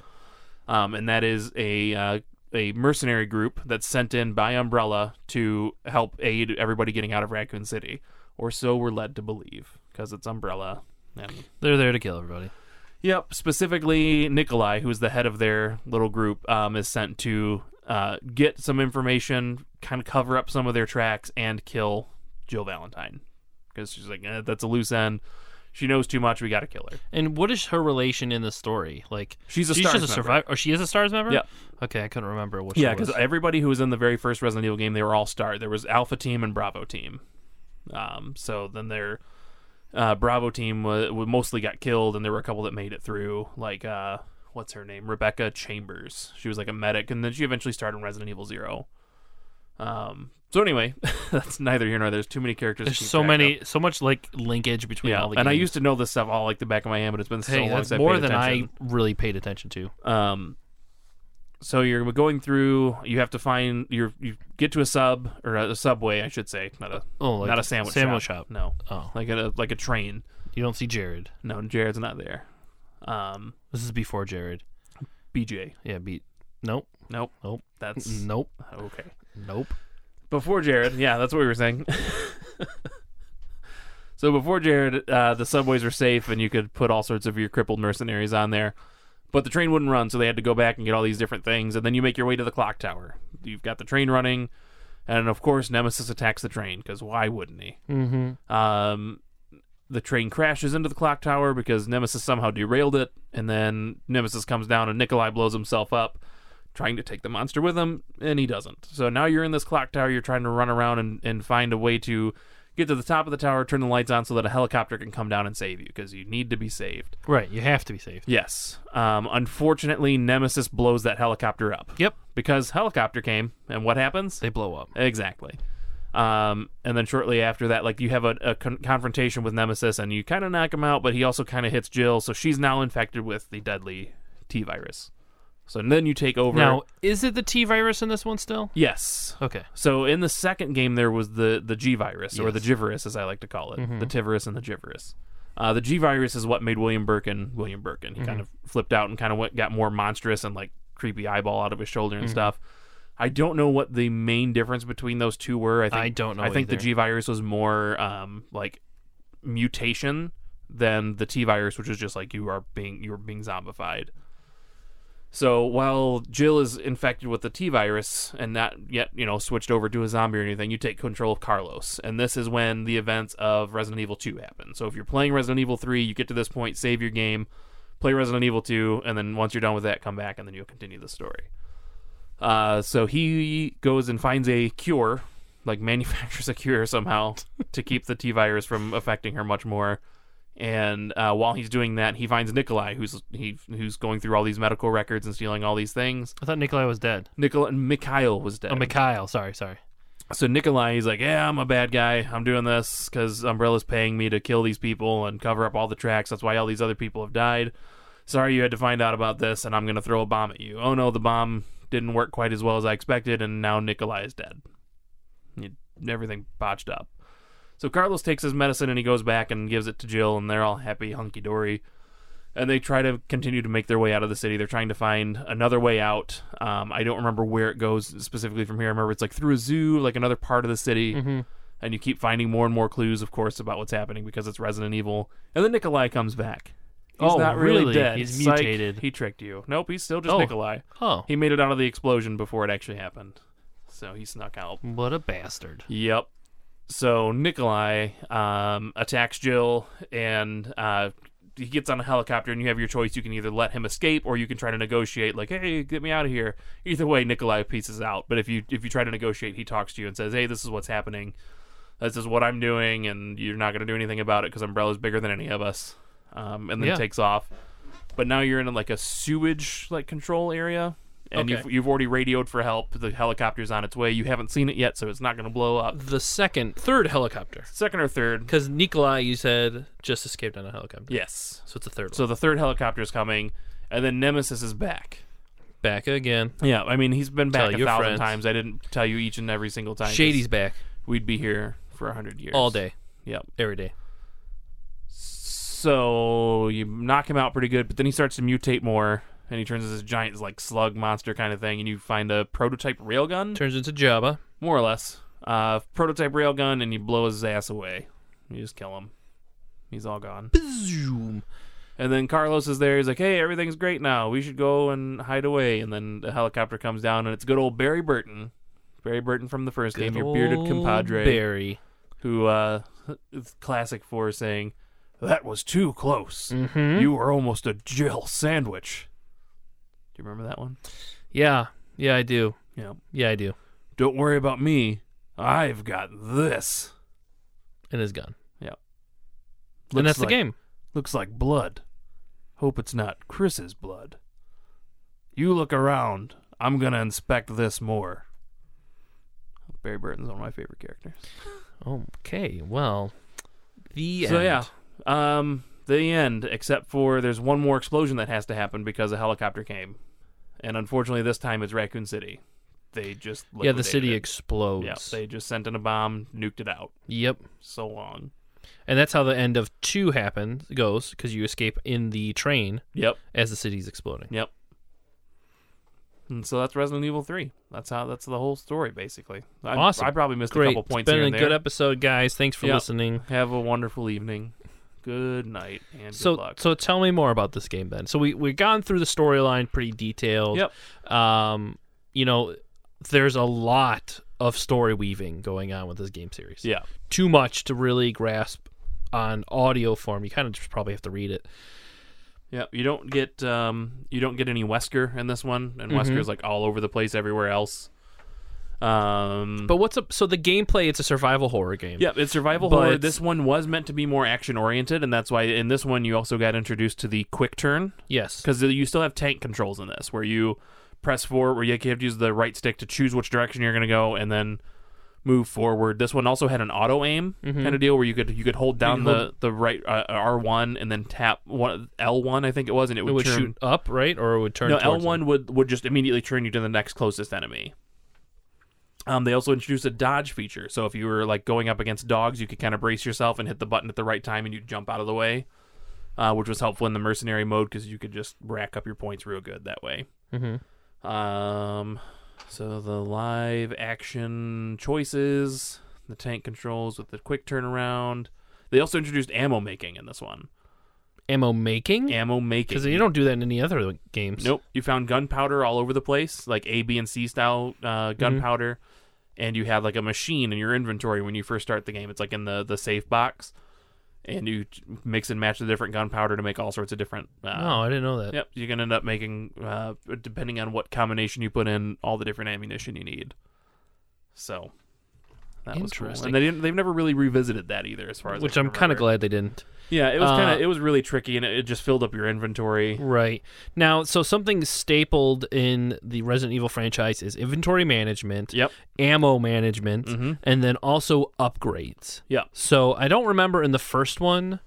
um, and that is a uh, a mercenary group that's sent in by Umbrella to help aid everybody getting out of Raccoon City, or so we're led to believe, because it's Umbrella. And
They're there to kill everybody.
Yep, specifically Nikolai, who's the head of their little group, um, is sent to uh, get some information, kind of cover up some of their tracks, and kill Jill Valentine because she's like, eh, that's a loose end. She knows too much. We got to kill her.
And what is her relation in the story? Like
She's a
she's
Stars
just a
member.
survivor. Oh, she is a stars member.
Yep.
Okay, I couldn't remember what.
Yeah,
she was.
because everybody who was in the very first Resident Evil game, they were all starred. There was Alpha Team and Bravo Team. Um, so then their uh, Bravo Team wa- wa- mostly got killed, and there were a couple that made it through. Like uh, what's her name, Rebecca Chambers. She was like a medic, and then she eventually starred in Resident Evil Zero. Um, so anyway, [laughs] that's neither here nor there. There's too many characters. to
there's
keep
so
track
many,
of.
so much like linkage between
Yeah,
all
and
the.
I
games.
used to know this stuff all like the back of my hand, but it's been so
Hey,
long
that's
since I
more
paid
than
attention.
I really paid attention to.
Um, so you're going through. You have to find. You you get to a sub or a subway, I should say, not a
Oh, like
not a sandwich
sandwich
shop.
shop.
No,
Oh,
like a like a train.
you don't see Jared.
No, Jared's not there. Um,
This is before Jared.
BJ.
Yeah, beat. Nope.
Nope.
Nope.
That's
Nope.
okay.
Nope.
Before Jared, yeah, that's what we were saying. so before Jared, uh, the subways were safe, and you could put all sorts of your crippled mercenaries on there. But the train wouldn't run, so they had to go back and get all these different things, and then you make your way to the clock tower. You've got the train running, and of course, Nemesis attacks the train because why wouldn't he?
Mm-hmm.
Um, the train crashes into the clock tower because Nemesis somehow derailed it, and then Nemesis comes down and Nikolai blows himself up, trying to take the monster with him, and he doesn't. So now you're in this clock tower, you're trying to run around and, and find a way to get to the top of the tower, turn the lights on so that a helicopter can come down and save you because you need to be saved.
Right. You have to be safe.
Yes. Um, unfortunately, Nemesis blows that helicopter up.
Yep.
Because helicopter came, and what happens?
They blow up.
Exactly. Um, and then shortly after that, like you have a, a con- confrontation with Nemesis, and you kind of knock him out, but he also kind of hits Jill, so she's now infected with the deadly T virus. So then you take over.
Now, is it the T virus in this one still?
yes.
Okay.
So in the second game, there was the the G virus or the
Yes.
Giverus, as I like to call it, the Tivirus and the Giverus. Uh, the G virus is what made William Birkin William Birkin. He kind of flipped out and kind of went, got more monstrous and like creepy eyeball out of his shoulder and stuff. I don't know what the main difference between those two were. I think
I don't know
I think the
either.
G virus was more um, like mutation than the T virus, which is just like you are being you are being zombified. So while Jill is infected with the T virus and not yet, you know, switched over to a zombie or anything, you take control of Carlos. And this is when the events of Resident Evil 2 happen. So if you're playing Resident Evil 3, you get to this point, save your game, play Resident Evil 2, and then once you're done with that, come back and then you'll continue the story. Uh, so he goes and finds a cure, like manufactures a cure somehow to keep the T virus from affecting her much more. And uh, while he's doing that, he finds Nikolai, who's he who's going through all these medical records and stealing all these things.
I thought Nikolai was dead.
Nikolai and Mikhail was dead.
Oh, Mikhail. Sorry, sorry.
so Nikolai, he's like, "Yeah, I'm a bad guy. I'm doing this because Umbrella's paying me to kill these people and cover up all the tracks. That's why all these other people have died. Sorry you had to find out about this, and I'm gonna throw a bomb at you. Oh no, the bomb didn't work quite as well as I expected, and now Nikolai is dead. You- Everything botched up. So Carlos takes his medicine and he goes back and gives it to Jill, and they're all happy, hunky dory. And they try to continue to make their way out of the city. They're trying to find another way out. Um, I don't remember where it goes specifically from here. I remember it's like through a zoo, like another part of the city.
Mm-hmm.
And you keep finding more and more clues, of course, about what's happening because it's Resident Evil. And then Nikolai comes back. He's
Oh,
not really,
really?
dead.
He's
Psych.
mutated.
he tricked you. Nope, he's still just
Oh.
Nikolai.
Oh,
He made it out of the explosion before it actually happened. So he snuck out.
what a bastard.
Yep. So Nikolai um, attacks Jill, and uh, he gets on a helicopter, and you have your choice. You can either let him escape, or you can try to negotiate, like, "Hey, get me out of here." Either way, Nikolai pieces out. But if you if you try to negotiate, he talks to you and says, "Hey, this is what's happening. This is what I'm doing, and you're not going to do anything about it because Umbrella's bigger than any of us." Um, and then
Yeah.
takes off. But now you're in like a sewage like control area and
Okay.
you've, you've already radioed for help. The helicopter's on its way. You haven't seen it yet, so it's not going to blow up.
The second, third helicopter.
Second or third?
Because Nikolai, you said, just escaped on a helicopter.
Yes.
So it's the third
So the third helicopter is coming, and then Nemesis is back.
one. Back again.
Yeah, I mean he's been
Tell
back a
your
thousand
friends.
times. I didn't tell you each and every single time. 'cause
Shady's back
We'd be here for a hundred years.
all day,
Yep.
every day.
So you knock him out pretty good, but then he starts to mutate more, and he turns into this giant like slug monster kind of thing. And you find a prototype railgun,
Turns into Jabba.
more or less, uh, prototype railgun, and you blow his ass away. You just kill him. He's all gone.
Zoom.
And then Carlos is there. He's like, "Hey, everything's great now. We should go and hide away." And then the helicopter comes down, and it's good old Barry Burton, Barry Burton from the first game, your bearded
Old
compadre,
Barry.
who uh, [laughs] is classic for saying, "That was too close.
Mm-hmm.
You were almost a Jill sandwich." Do you remember that one?
Yeah. Yeah, I do.
Yeah.
Yeah, I do.
Don't worry about me. I've got this.
And is gone.
Looks
and that's
like-
the game.
Looks like blood. Hope it's not Chris's blood. You look around. I'm gonna inspect this more. Barry Burton's one of my favorite characters.
Okay. Well, the
So
end.
yeah, um, the end. Except for there's one more explosion that has to happen because a helicopter came, and unfortunately this time it's Raccoon City. They just
Yeah, the
liquidated
city
It.
explodes.
Yeah, they just sent in a bomb, nuked it out.
yep.
So long.
And that's how the end of two happens goes because you escape in the train
Yep.
as the city's exploding.
Yep. And so that's Resident Evil Three. That's how. That's the whole story, basically. I,
Awesome.
I probably missed a
Great.
couple
It's
points
been
here
a
and
good
there.
episode, guys. Thanks for
Yeah.
listening.
Have a wonderful evening. Good night and
So,
good luck.
so tell me more about this game then. So we we've gone through the storyline pretty detailed.
Yep.
Um, you know, there's a lot of story weaving going on with this game series.
yeah.
Too much to really grasp on audio form. You kind of just probably have to read it.
Yeah, you don't get um, you don't get any Wesker in this one, and
Mm-hmm.
Wesker's like all over the place everywhere else. Um,
But what's up? So the gameplay, it's a survival horror game.
yeah, it's survival
but
horror.
it's-
This one was meant to be more action oriented, and that's why in this one you also got introduced to the quick turn
Yes.
because you still have tank controls in this, where you press forward, where you have to use the right stick to choose which direction you're going to go, and then move forward. This one also had an auto aim kind of deal, where you could Mm-hmm. you could hold down
could
the the right uh, R one and then tap one L one, I think it was, and it would,
It would
turn-
shoot up, right? Or it would turn
No, L
towards
one would would just immediately turn you to the next closest enemy. Um, they also introduced a dodge feature, so if you were like going up against dogs, you could kind of brace yourself and hit the button at the right time, and you'd jump out of the way, uh, which was helpful in the mercenary mode because you could just rack up your points real good that way.
hmm
Um, so the live action choices, the tank controls with the quick turnaround. They also introduced ammo making in this one.
Ammo making?
Ammo making
Because you don't do that in any other games.
Nope. You found gunpowder all over the place, like A, B, and C style uh,
Mm-hmm.
gunpowder. And you have like a machine in your inventory when you first start the game. It's like in the, the safe box. And you t- mix and match the different gunpowder to make all sorts of different. Uh,
No, I didn't know that.
Yep. You can end up making, uh, depending on what combination you put in, all the different ammunition you need. So. That was cool.
Interesting.
And they didn't, they've never really revisited that either, as far as I
Which
can
I'm kind of
remember.
glad they didn't.
Yeah, it was kind
uh,
of it was really tricky, and it, it just filled up your inventory.
Right. Now, so something stapled in the Resident Evil franchise is inventory management,
Yep.
ammo management,
Mhm.
and then also upgrades.
Yeah.
So I don't remember in the first one,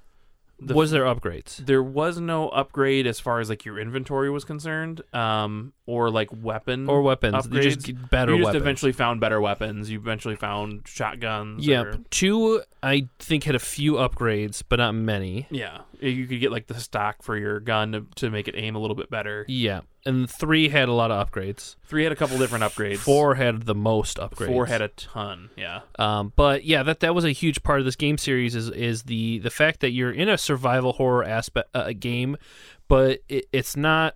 The
was there upgrades?
there was no upgrade as far as like your inventory was concerned um or like weapon
Or weapons? You just
Mm, upgrades.
get better
you just
weapons.
eventually found better weapons you eventually found shotguns
yeah.
or-
Two, I think, had a few upgrades, but not many.
yeah you could get like the stock for your gun to, to make it aim a little bit better
Yeah. And three had a lot of upgrades.
three had a couple different upgrades
Four had the most upgrades.
four had a ton yeah
Um, but yeah, that that was a huge part of this game series is is the the fact that you're in a survival horror aspect uh, game, but it, it's not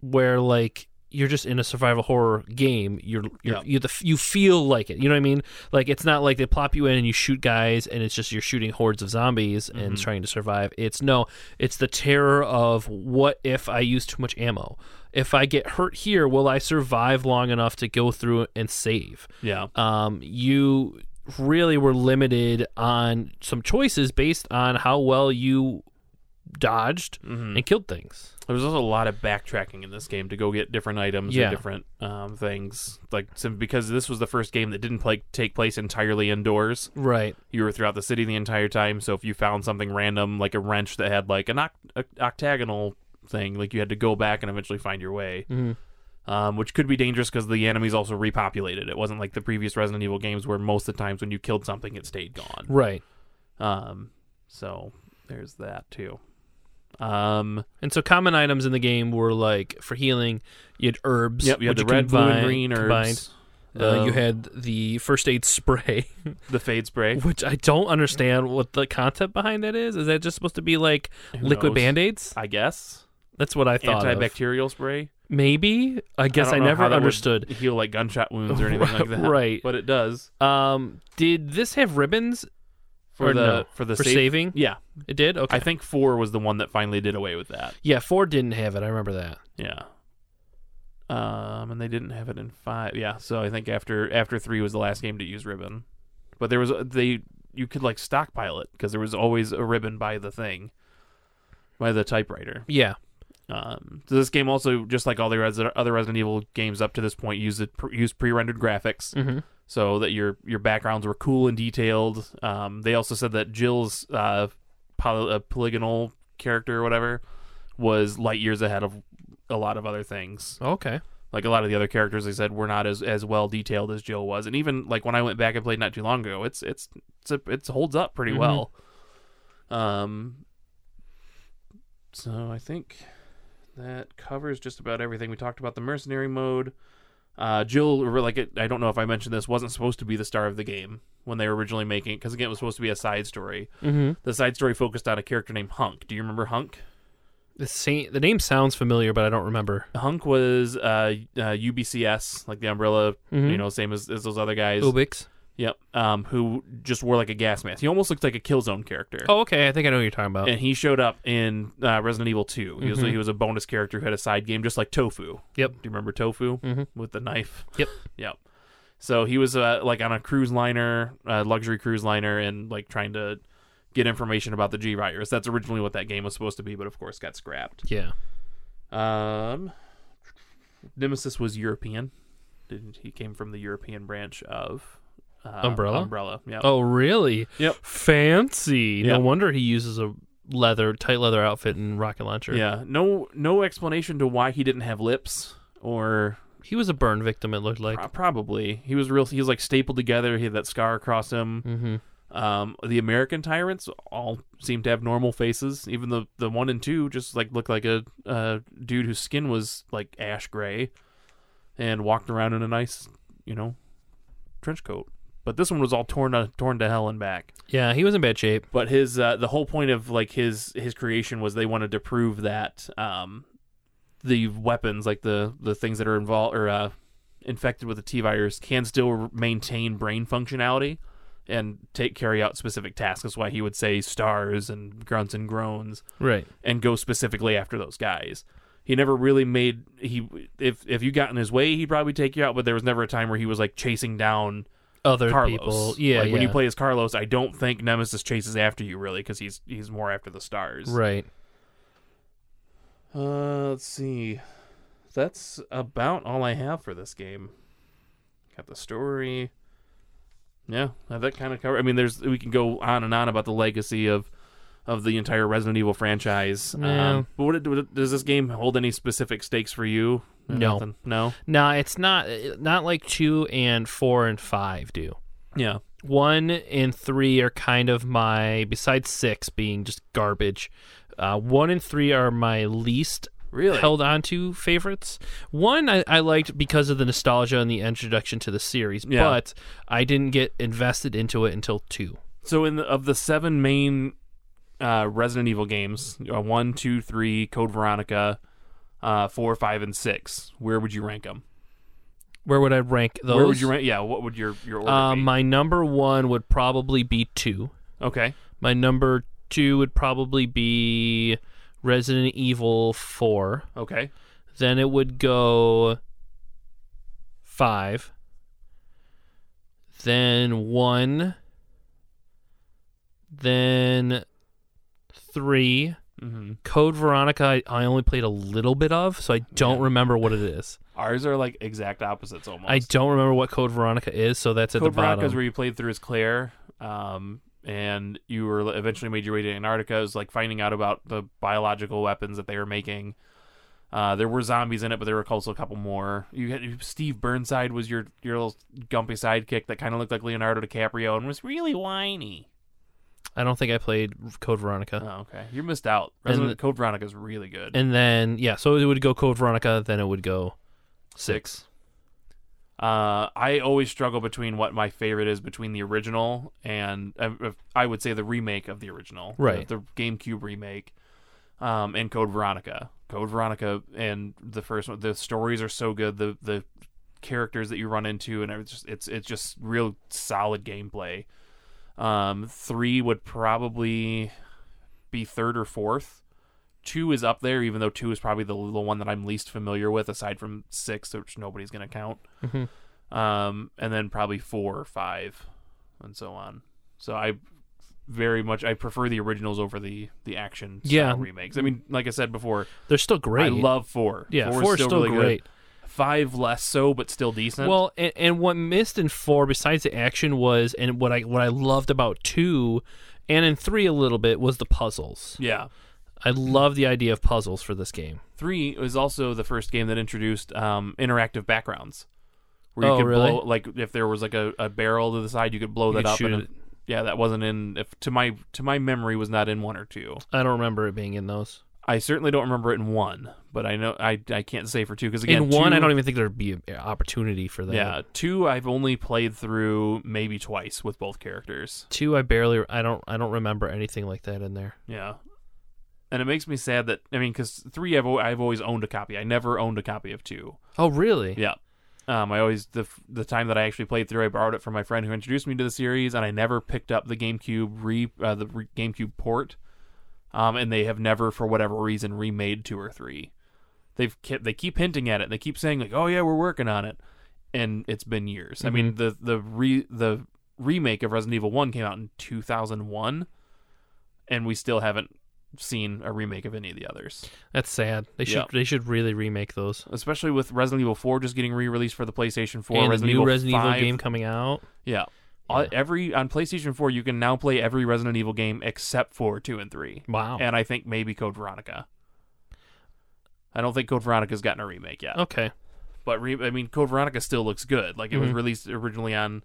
where like you're just in a survival horror game. You're you're
Yeah.
you the, you feel like it. You know what I mean? Like it's not like they plop you in and you shoot guys and it's just you're shooting hordes of zombies and trying to survive. It's no, it's the terror of what if I use too much ammo. If I get hurt here, will I survive long enough to go through and save?
yeah
um, you really were limited on some choices based on how well you dodged
Mm-hmm.
and killed things.
There was also a lot of backtracking in this game to go get different items
Yeah.
or different um, things. Like some, because this was the first game that didn't play, take place entirely indoors.
Right.
You were throughout the city the entire time, so if you found something random like a wrench that had like an oct- oct- octagonal thing, like you had to go back and eventually find your way.
Mm-hmm.
Um, which could be dangerous because the enemies also repopulated. It wasn't like the previous Resident Evil games where most of the times when you killed something, it stayed gone.
Right.
Um, so there's that too. Um,
And so common items in the game were like for healing, you had herbs.
yep, you had
which
the red, blue, and
combine-
green herbs.
combined. Uh, you
Um,
had the first aid spray,
[laughs] the fade spray.
which I don't understand what the concept behind that is. Is that just supposed to be like
Who
liquid
knows?
band aids?
I guess.
That's what I thought. of.
Antibacterial spray.
Maybe. I guess I,
don't know
never
how that would
understood.
Heal like gunshot wounds or anything like that.
[laughs] Right.
But it does.
Um, did this have ribbons
For
Or
the
no,
for the
for
save-
saving?
Yeah.
It did. Okay.
I think four was the one that finally did away with that.
yeah, four didn't have it. I remember that.
Yeah. Um, and they didn't have it in five. Yeah, so I think after after three was the last game to use ribbon, but there was uh, they you could like stockpile it because there was always a ribbon by the thing, by the typewriter.
Yeah.
Um, so this game also just like all the res- other Resident Evil games up to this point used it pre- used pre rendered graphics
Mm-hmm.
so that your your backgrounds were cool and detailed. Um, they also said that Jill's uh, poly- uh, polygonal character or whatever was light years ahead of a lot of other things.
Oh, Okay.
Like a lot of the other characters, they said were not as as well detailed as Jill was, and even like when I went back and played not too long ago, it's it's it's a, it's holds up pretty
Mhm.
well. Um. So I think that covers just about everything we talked about. The mercenary mode. Uh, Jill, or, like it, I don't know if I mentioned this, wasn't supposed to be the star of the game when they were originally making it because again, it was supposed to be a side story.
Mm-hmm.
The side story focused on a character named Hunk. Do you remember Hunk?
The same, the name sounds familiar, but I don't remember.
Hunk was uh, uh, UBCS, like the umbrella,
Mhm.
you know, same as, as those other guys.
Ubix.
Yep. Um, who just wore like a gas mask. He almost looked like a Killzone character.
Oh, okay. I think I know what you're talking about.
And he showed up in uh, Resident Evil 2. He was, he was a bonus character who had a side game, just like Tofu.
Mm-hmm. Yep.
Do you remember Tofu
Mhm.
with the knife?
Yep.
[laughs] Yep. So he was uh, like on a cruise liner, uh, luxury cruise liner, and like trying to get information about the G virus. That's originally what that game was supposed to be, but of course got scrapped.
Yeah.
Um, Nemesis was European. Didn't he came from the European branch of uh,
Umbrella?
Umbrella. Yeah.
Oh, really?
Yep.
Fancy.
Yeah.
No wonder he uses a leather, tight leather outfit and rocket launcher.
Yeah. No. No explanation to why he didn't have lips or
He was a burn victim. It looked like.
Pro- probably he was real. He was like stapled together. He had that scar across him.
Mm-hmm.
Um, the American tyrants all seem to have normal faces. Even the the one and two just like looked like a, a dude whose skin was like ash gray, and walked around in a nice you know trench coat. But this one was all torn to, torn to hell and back.
Yeah, he was in bad shape.
But his uh, the whole point of like his his creation was they wanted to prove that um, the weapons like the the things that are involved or uh, infected with the T virus can still maintain brain functionality and take carry out specific tasks. That's why he would say stars and grunts and groans
Right.
and go specifically after those guys. He never really made he if if you got in his way, he'd probably take you out. But there was never a time where he was like chasing down
Other
Carlos.
people. Yeah.
like when you
yeah.
play as Carlos, I don't think Nemesis chases after you really because he's he's more after the stars.
Right.
Uh, let's see. That's about all I have for this game. Got the story. Yeah, uh, that kind of cover. I mean, there's we can go on and on about the legacy of of the entire Resident Evil franchise.
Yeah.
Um, but what, what- does this game hold any specific stakes for you?
No.
Nothing? No.
Nah, it's not not like two and four and five do.
Yeah.
One and three are kind of my besides six being just garbage. Uh, one and three are my least
Really?
held on to favorites. One I, I liked because of the nostalgia and the introduction to the series,
Yeah.
but I didn't get invested into it until two.
So in the, of the seven main uh, Resident Evil games, uh, one, two, three, Code Veronica, uh, four, five, and six, where would you rank them?
Where would I rank those?
Where would you rank? Yeah, what would your your order
Uh,
be?
my number one would probably be two.
okay,
My number two would probably be Resident Evil 4.
okay,
Then it would go 5. Then 1. Then 3.
Mm-hmm.
Code Veronica, I, I only played a little bit of, so I don't remember what it is.
Ours are like exact opposites almost.
I don't remember what Code Veronica is, so that's at
Code
the bottom.
Veronica is where you played through as Claire, um, and you were eventually made your way to Antarctica. It was like finding out about the biological weapons that they were making. Uh, there were zombies in it, but there were also a couple more. You had Steve Burnside was your your little gumpy sidekick that kind of looked like Leonardo DiCaprio and was really
[laughs]
whiny.
I don't think I played Code Veronica.
Oh, okay, you missed out.
And
Resident
the-
Code Veronica is really good.
And then yeah, so it would go Code Veronica, then it would go six.
Uh, I always struggle between what my favorite is between the original and uh, uh, I would say the remake of the original,
Right.
The, the GameCube remake, um, and Code Veronica. Code Veronica and the first one. The stories are so good. The the characters that you run into and it's just, it's it's just real solid gameplay. Um, three would probably be third or fourth. Two is up there, even though two is probably the, the one that I'm least familiar with, aside from six, which nobody's going to count.
Mhm.
Um, and then probably four or five, and so on. So I very much I prefer the originals over the the action style
Yeah.
remakes. I mean, like I said before,
They're still great.
I love four.
yeah,
four
four
is still, really good.
great.
Five less so, but still decent.
Well, and, and what missed in four, besides the action, was and what I what I loved about two, and in three a little bit was the puzzles.
yeah.
I love the idea of puzzles for this game.
Three was also the first game that introduced um, interactive backgrounds, where you
Oh,
could
really?
blow like if there was like a, a barrel to the side, you could blow that
could
up.
shoot
and
it.
Yeah, that wasn't in. If to my to my memory, was not in one or two.
I don't remember it being in those.
I certainly don't remember it in one, but I know I I can't say for two because again,
in one,
two,
I don't even think there'd be an opportunity for that.
Yeah, two I've only played through maybe twice with both characters.
Two, I barely, I don't, I don't remember anything like that in there.
Yeah. And it makes me sad that I mean, because three I've al- I've always owned a copy. I never owned a copy of two.
Oh, really?
Yeah. Um, I always the f- the time that I actually played through, I borrowed it from my friend who introduced me to the series, and I never picked up the GameCube re uh, the re- GameCube port. Um, and they have never, for whatever reason, remade two or three. They've kept they keep hinting at it. They keep saying like, "Oh yeah, we're working on it," and it's been years. I mean the the re the remake of Resident Evil One came out in two thousand one, and we still haven't seen a remake of any of the others
That's sad. They should,
Yeah.
they should really remake those.
especially with Resident Evil 4 just getting re-released for the PlayStation 4,
and the
Resident
new
Evil
Resident
5.
Evil game coming out.
Yeah. Uh,
Yeah.
Every on PlayStation 4 you can now play every Resident Evil game except for 2 and 3.
Wow.
And I think maybe Code Veronica. I don't think Code Veronica's gotten a remake yet.
Okay.
But re- I mean Code Veronica still looks good. Like it was
Mhm.
released originally on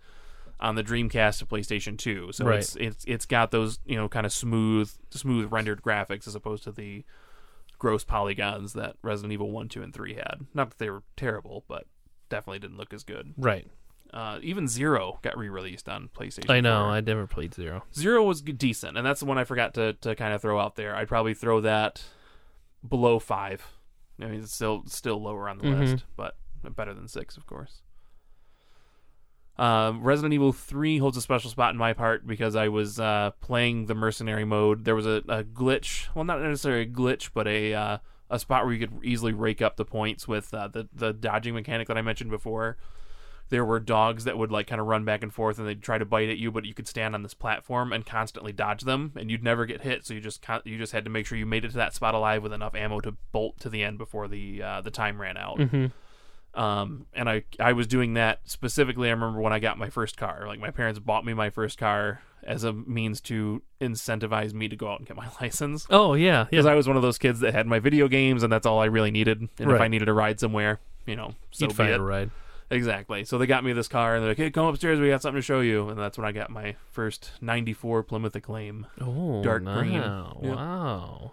on the Dreamcast to PlayStation 2. So
Right.
it's it's it's got those, you know, kind of smooth smooth rendered graphics as opposed to the gross polygons that Resident Evil 1, 2 and 3 had. Not that they were terrible, but definitely didn't look as good.
Right.
Uh, even Zero got re-released on PlayStation.
I know.
4.
I never played Zero.
Zero was g- decent, and that's the one I forgot to to kind of throw out there. I'd probably throw that below five. I mean, it's still still lower on the
Mhm.
list, but better than six, of course. Um, Resident Evil Three holds a special spot in my part because I was uh, playing the mercenary mode. There was a, a glitch, well, not necessarily a glitch, but a uh, a spot where you could easily rake up the points with uh, the the dodging mechanic that I mentioned before there were dogs that would like kind of run back and forth and they'd try to bite at you but you could stand on this platform and constantly dodge them and you'd never get hit so you just con- you just had to make sure you made it to that spot alive with enough ammo to bolt to the end before the uh, the time ran out
Mm-hmm.
um, and I I was doing that specifically. I remember when I got my first car. Like my parents bought me my first car as a means to incentivize me to go out and get my [laughs] license
Oh yeah. Yeah.
because I was one of those kids that had my video games and that's all I really needed. And if
Right.
I needed a ride somewhere, you know, so
You'd
be
find
it.
a ride.
Exactly. So they got me this car, and they're like, "Hey, come upstairs. We got something to show you." And that's when I got my first '94 Plymouth Acclaim.
Oh,
Dark green.
no.
Yeah.
Wow.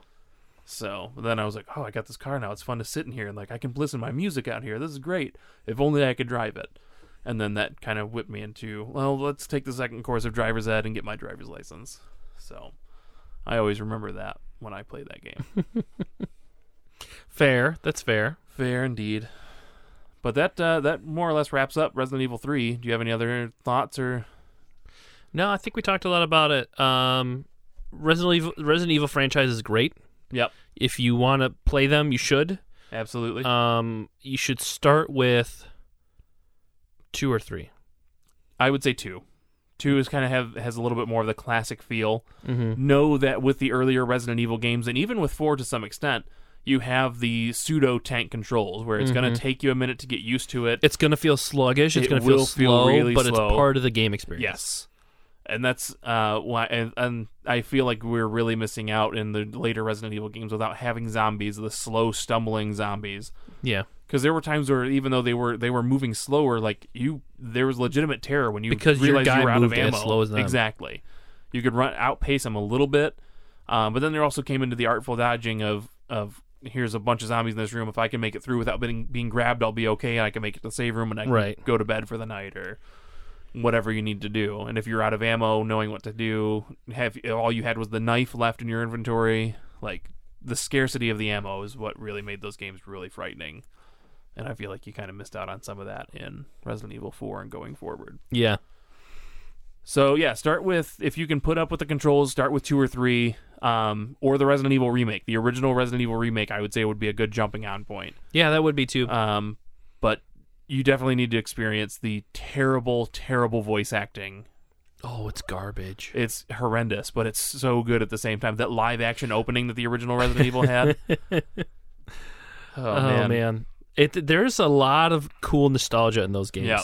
So then I was like, "Oh, I got this car now. It's fun to sit in here and like I can listen to my music out here. This is great. If only I could drive it." And then that kind of whipped me into, well, let's take the second course of driver's ed and get my driver's license. So I always remember that when I play that game.
Fair. That's fair.
Fair indeed. But that uh, that more or less wraps up Resident Evil 3. Do you have any other thoughts or
No, I think we talked a lot about it. Um, Resident Evil, Resident Evil franchise is great.
Yep.
If you want to play them, you should.
Absolutely.
Um, you should start with two or three.
I would say two. Two is kind of have has a little bit more of the classic feel.
Mm-hmm.
Know that with the earlier Resident Evil games, and even with four to some extent, you have the pseudo tank controls where it's
Mm-hmm.
going to take you a minute to get used to it.
It's gonna feel sluggish. It's
It
gonna
will
feel
feel
slow,
really
but
slow.
it's part of the game experience.
Yes. And that's uh, why, and, and I feel like we're really missing out in the later Resident Evil games without having zombies, the slow stumbling zombies.
Yeah.
Because there were times where even though they were they were moving slower, like you, there was legitimate terror when you
Because your
realized
guy
you were out of
moved as
ammo.
slow as them.
Exactly, you could run outpace them a little bit, um, but then there also came into the artful dodging of of here's a bunch of zombies in this room. If I can make it through without being being grabbed, I'll be okay, and I can make it to the save room, and I can
Right.
go to bed for the night or whatever you need to do. And if you're out of ammo, knowing what to do, have all you had was the knife left in your inventory, like the scarcity of the ammo is what really made those games really frightening. And I feel like you kind of missed out on some of that in Resident Evil 4 and going forward.
Yeah.
So yeah, start with if you can put up with the controls, start with two or three, um, or the Resident Evil remake. The original Resident Evil remake, I would say, would be a good jumping on point.
Yeah, that would be too.
Um, but you definitely need to experience the terrible, terrible voice acting.
oh, it's garbage.
It's horrendous, but it's so good at the same time. That live action opening that the original Resident Evil
[laughs]
had. Oh,
oh man. It there's a lot of cool nostalgia in those games.
Yeah.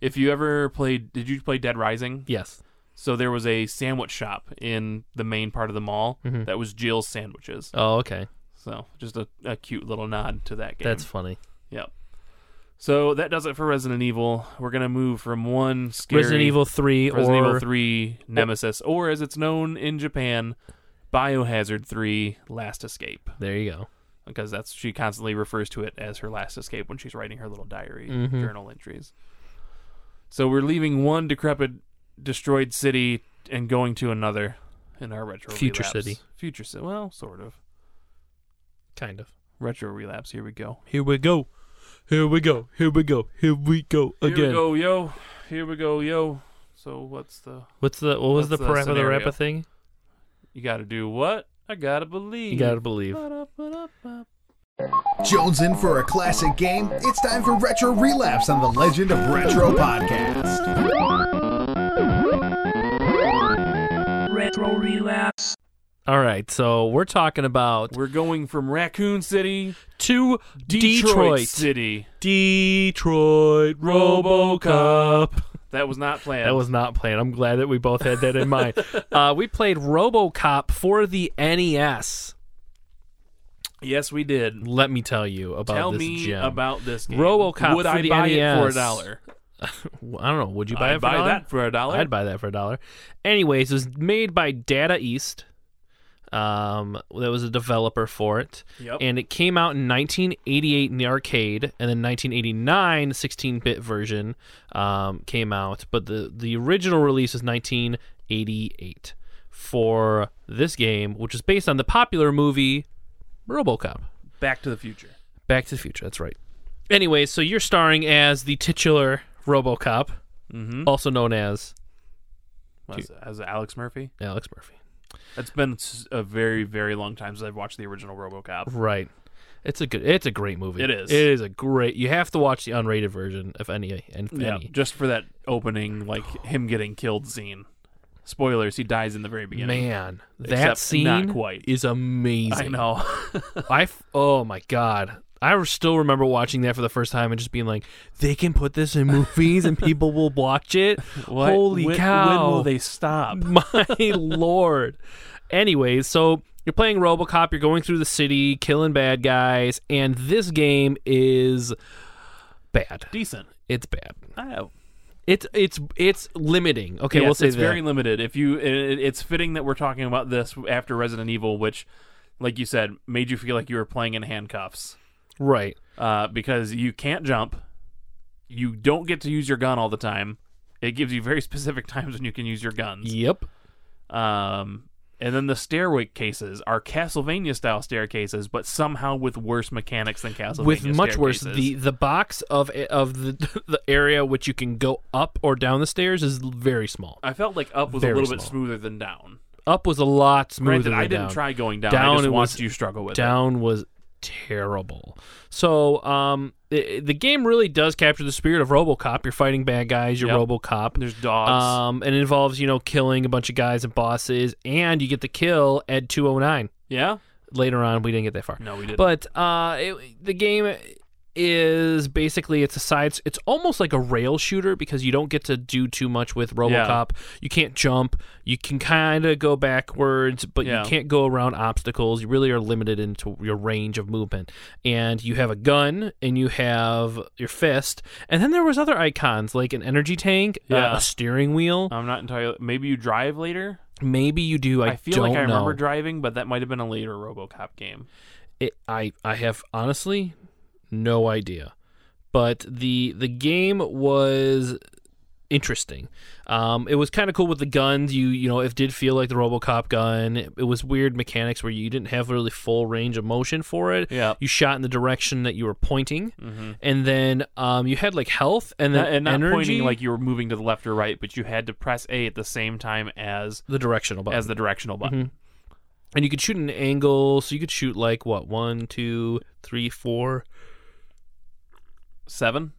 If you ever played, did you play Dead Rising?
Yes.
So there was a sandwich shop in the main part of the mall
Mm-hmm.
that was Jill's sandwiches.
Oh, okay.
So just a, a cute little nod to that game.
That's funny.
yep. So that does it for Resident Evil. We're gonna move from one scary
Resident Evil Three
Resident
or
Evil Three Nemesis, or as it's known in Japan, Biohazard Three Last Escape,
there you go.
because that's she constantly refers to it as her last escape when she's writing her little diary
Mhm.
journal entries. So we're leaving one decrepit, destroyed city and going to another in our retro
Future
relapse.
city.
Future city. Well, sort of
Kind of.
retro relapse. Here we go.
Here we go. Here we go. Here we go. Here we go
Here we go, yo. Here we go, yo. So what's the
What's the what was
That's
the
the
parappa the
scenario.
rappa thing?
you gotta do what? I gotta believe.
You gotta believe.
Ba-da-ba-da-ba.
Jones in for a classic game? It's time for Retro Relapse on the Legend of Retro podcast.
Retro Relapse.
All right, so we're talking about
We're going from Raccoon City
two
Detroit
Detroit,
City.
Detroit RoboCop.
That was not planned.
That was not planned. I'm glad that we both had that in [laughs] mind. Uh, we played RoboCop for the E NES.
Yes, we did.
Let me tell you about
Tell
this
me
gem.
about this game.
RoboCop
Would
for
I
the
buy it for a
NES.
dollar?
I don't know. Would you buy
I'd
it for
buy
a dollar?
that for a dollar.
I'd buy that for a dollar. Anyways, it was made by Data East. Um, that was a developer for it.
Yep.
And it came out in 1988 in the arcade, and then 1989 16-bit version um, came out. But the the original release was 1988 for this game, which is based on the popular movie RoboCop.
Back to the Future.
Back to the Future. That's right. Anyway, so you're starring as the titular RoboCop,
Mm-hmm.
also known as
Was, was it Alex Murphy?
Alex Murphy.
It's been s- a very, very long time since I've watched the original RoboCop.
Right. It's a good. It's a great movie.
It is.
It is a great. You have to watch the unrated version if any. And if
Yeah,
any.
just for that opening, like him getting killed scene. Spoilers: He dies in the very beginning.
Man, that
Except not
scene
quite.
is amazing.
I know.
[laughs] I f- oh my god. I still remember watching that for the first time and just being like, they can put this in movies and people will watch it.
[laughs] What-
Holy
when,
cow!
When will they
[laughs]
stop?
My lord. Anyways, so you're playing RoboCop. You're going through the city, killing bad guys, and this game is bad.
Decent.
It's bad.
I have.
It's it's it's limiting. Okay,
Yes,
we'll say
it's
that.
very limited. If you, it, it's fitting that we're talking about this after Resident Evil, which, like you said, made you feel like you were playing in handcuffs
right.
uh, because you can't jump, you don't get to use your gun all the time. It gives you very [laughs] specific times when you can use your guns.
Yep.
Um, and then the stairway cases are Castlevania style staircases, but somehow with worse mechanics than Castlevania.
With much worse,
staircases.
the the box of of the [laughs] the area which you can go up or down the stairs is very small.
I felt like up was a
Very
little bit
small.
smoother than down.
Up was a lot smoother.
Granted,
than
I didn't
down.
try going down.
Down
I just
it
watched
was-
you struggle with it.
Down was terrible. So um, the the game really does capture the spirit of RoboCop. You're fighting bad guys. You're
Yep.
RoboCop.
There's dogs.
Um, and it involves you know killing a bunch of guys and bosses, and you get the kill at 209.
yeah.
Later on, we didn't get that far.
No, we didn't.
But uh, it, the game is basically it's a side. It's almost like a rail shooter because you don't get to do too much with RoboCop. You can't jump. You can kind of go backwards, but
Yeah.
you can't go around obstacles. You really are limited into your range of movement. And you have a gun, and you have your fist, and then there was other icons like an energy tank, uh,
Yeah.
a steering wheel.
I'm not entirely. Maybe you drive later.
Maybe you do. I,
I, feel
don't
like
know.
I remember driving, but that might have been a later RoboCop game.
it, I I have honestly no idea, but the the game was interesting. Um, it was kind of cool with the guns. You you know it did feel like the RoboCop gun. It, it was weird mechanics where you didn't have really full range of motion for it.
Yeah. Mm-hmm.
You shot in the direction that you were pointing, and then um, you had like health and then
Not- and not
energy,
pointing like you were moving to the left or right, but you had to press A at the same time as
the directional button.
as the directional
Mm-hmm.
button.
and you could shoot at an angle, so you could shoot like what one, two, three, four.
Seven.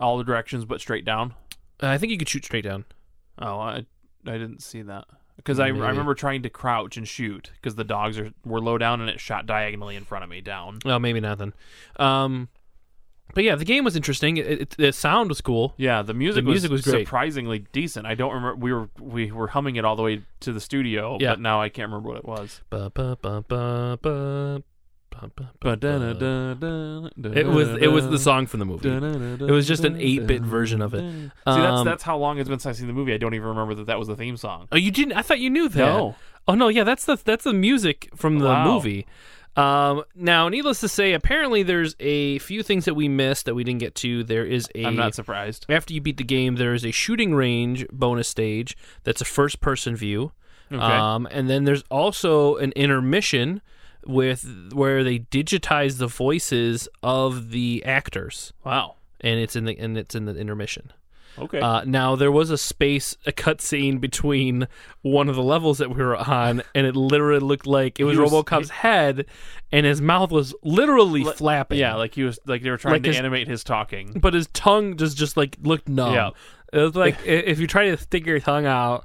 All the directions, but straight down.
Uh, I think you could shoot straight down.
Oh, I I didn't see that because I, I
Maybe.
remember trying to crouch and shoot because the dogs are were low down and it shot diagonally in front of me down.
Well, maybe not then. Um, but yeah, the game was interesting. It, it, the sound was cool.
Yeah, the music,
The music was great.
surprisingly decent. I don't remember we were we were humming it all the way to the studio,
Yeah.
but now I can't remember what it was.
Ba, ba, ba, ba, ba, ba, ba, ba, ba. It
It
was it was the song from the movie. It was just an eight bit version of it.
See, that's
Um,
that's how long it's been since I've seen the movie. I don't even remember that that was the theme song.
Oh, you didn't? I thought you knew that.
No.
Oh no, yeah, that's the that's the music from the
Wow.
movie. Um, now, needless to say, apparently there's a few things that we missed that we didn't get to. There is a
I'm not surprised.
after you beat the game, there is a shooting range bonus stage that's a first person view.
Okay.
Um, and then there's also an intermission with where they digitize the voices of the actors,
Wow.
and it's in the and it's in the intermission.
Okay.
Uh, now there was a space, a cutscene between one of the levels that we were on, and it literally looked like it was,
He was-
RoboCop's head, and his mouth was literally flapping.
yeah, like he was like they were trying
like
to
his-
animate
[laughs]
his talking.
but his tongue just just like looked numb.
Yeah.
It was like i- if you try to stick your tongue out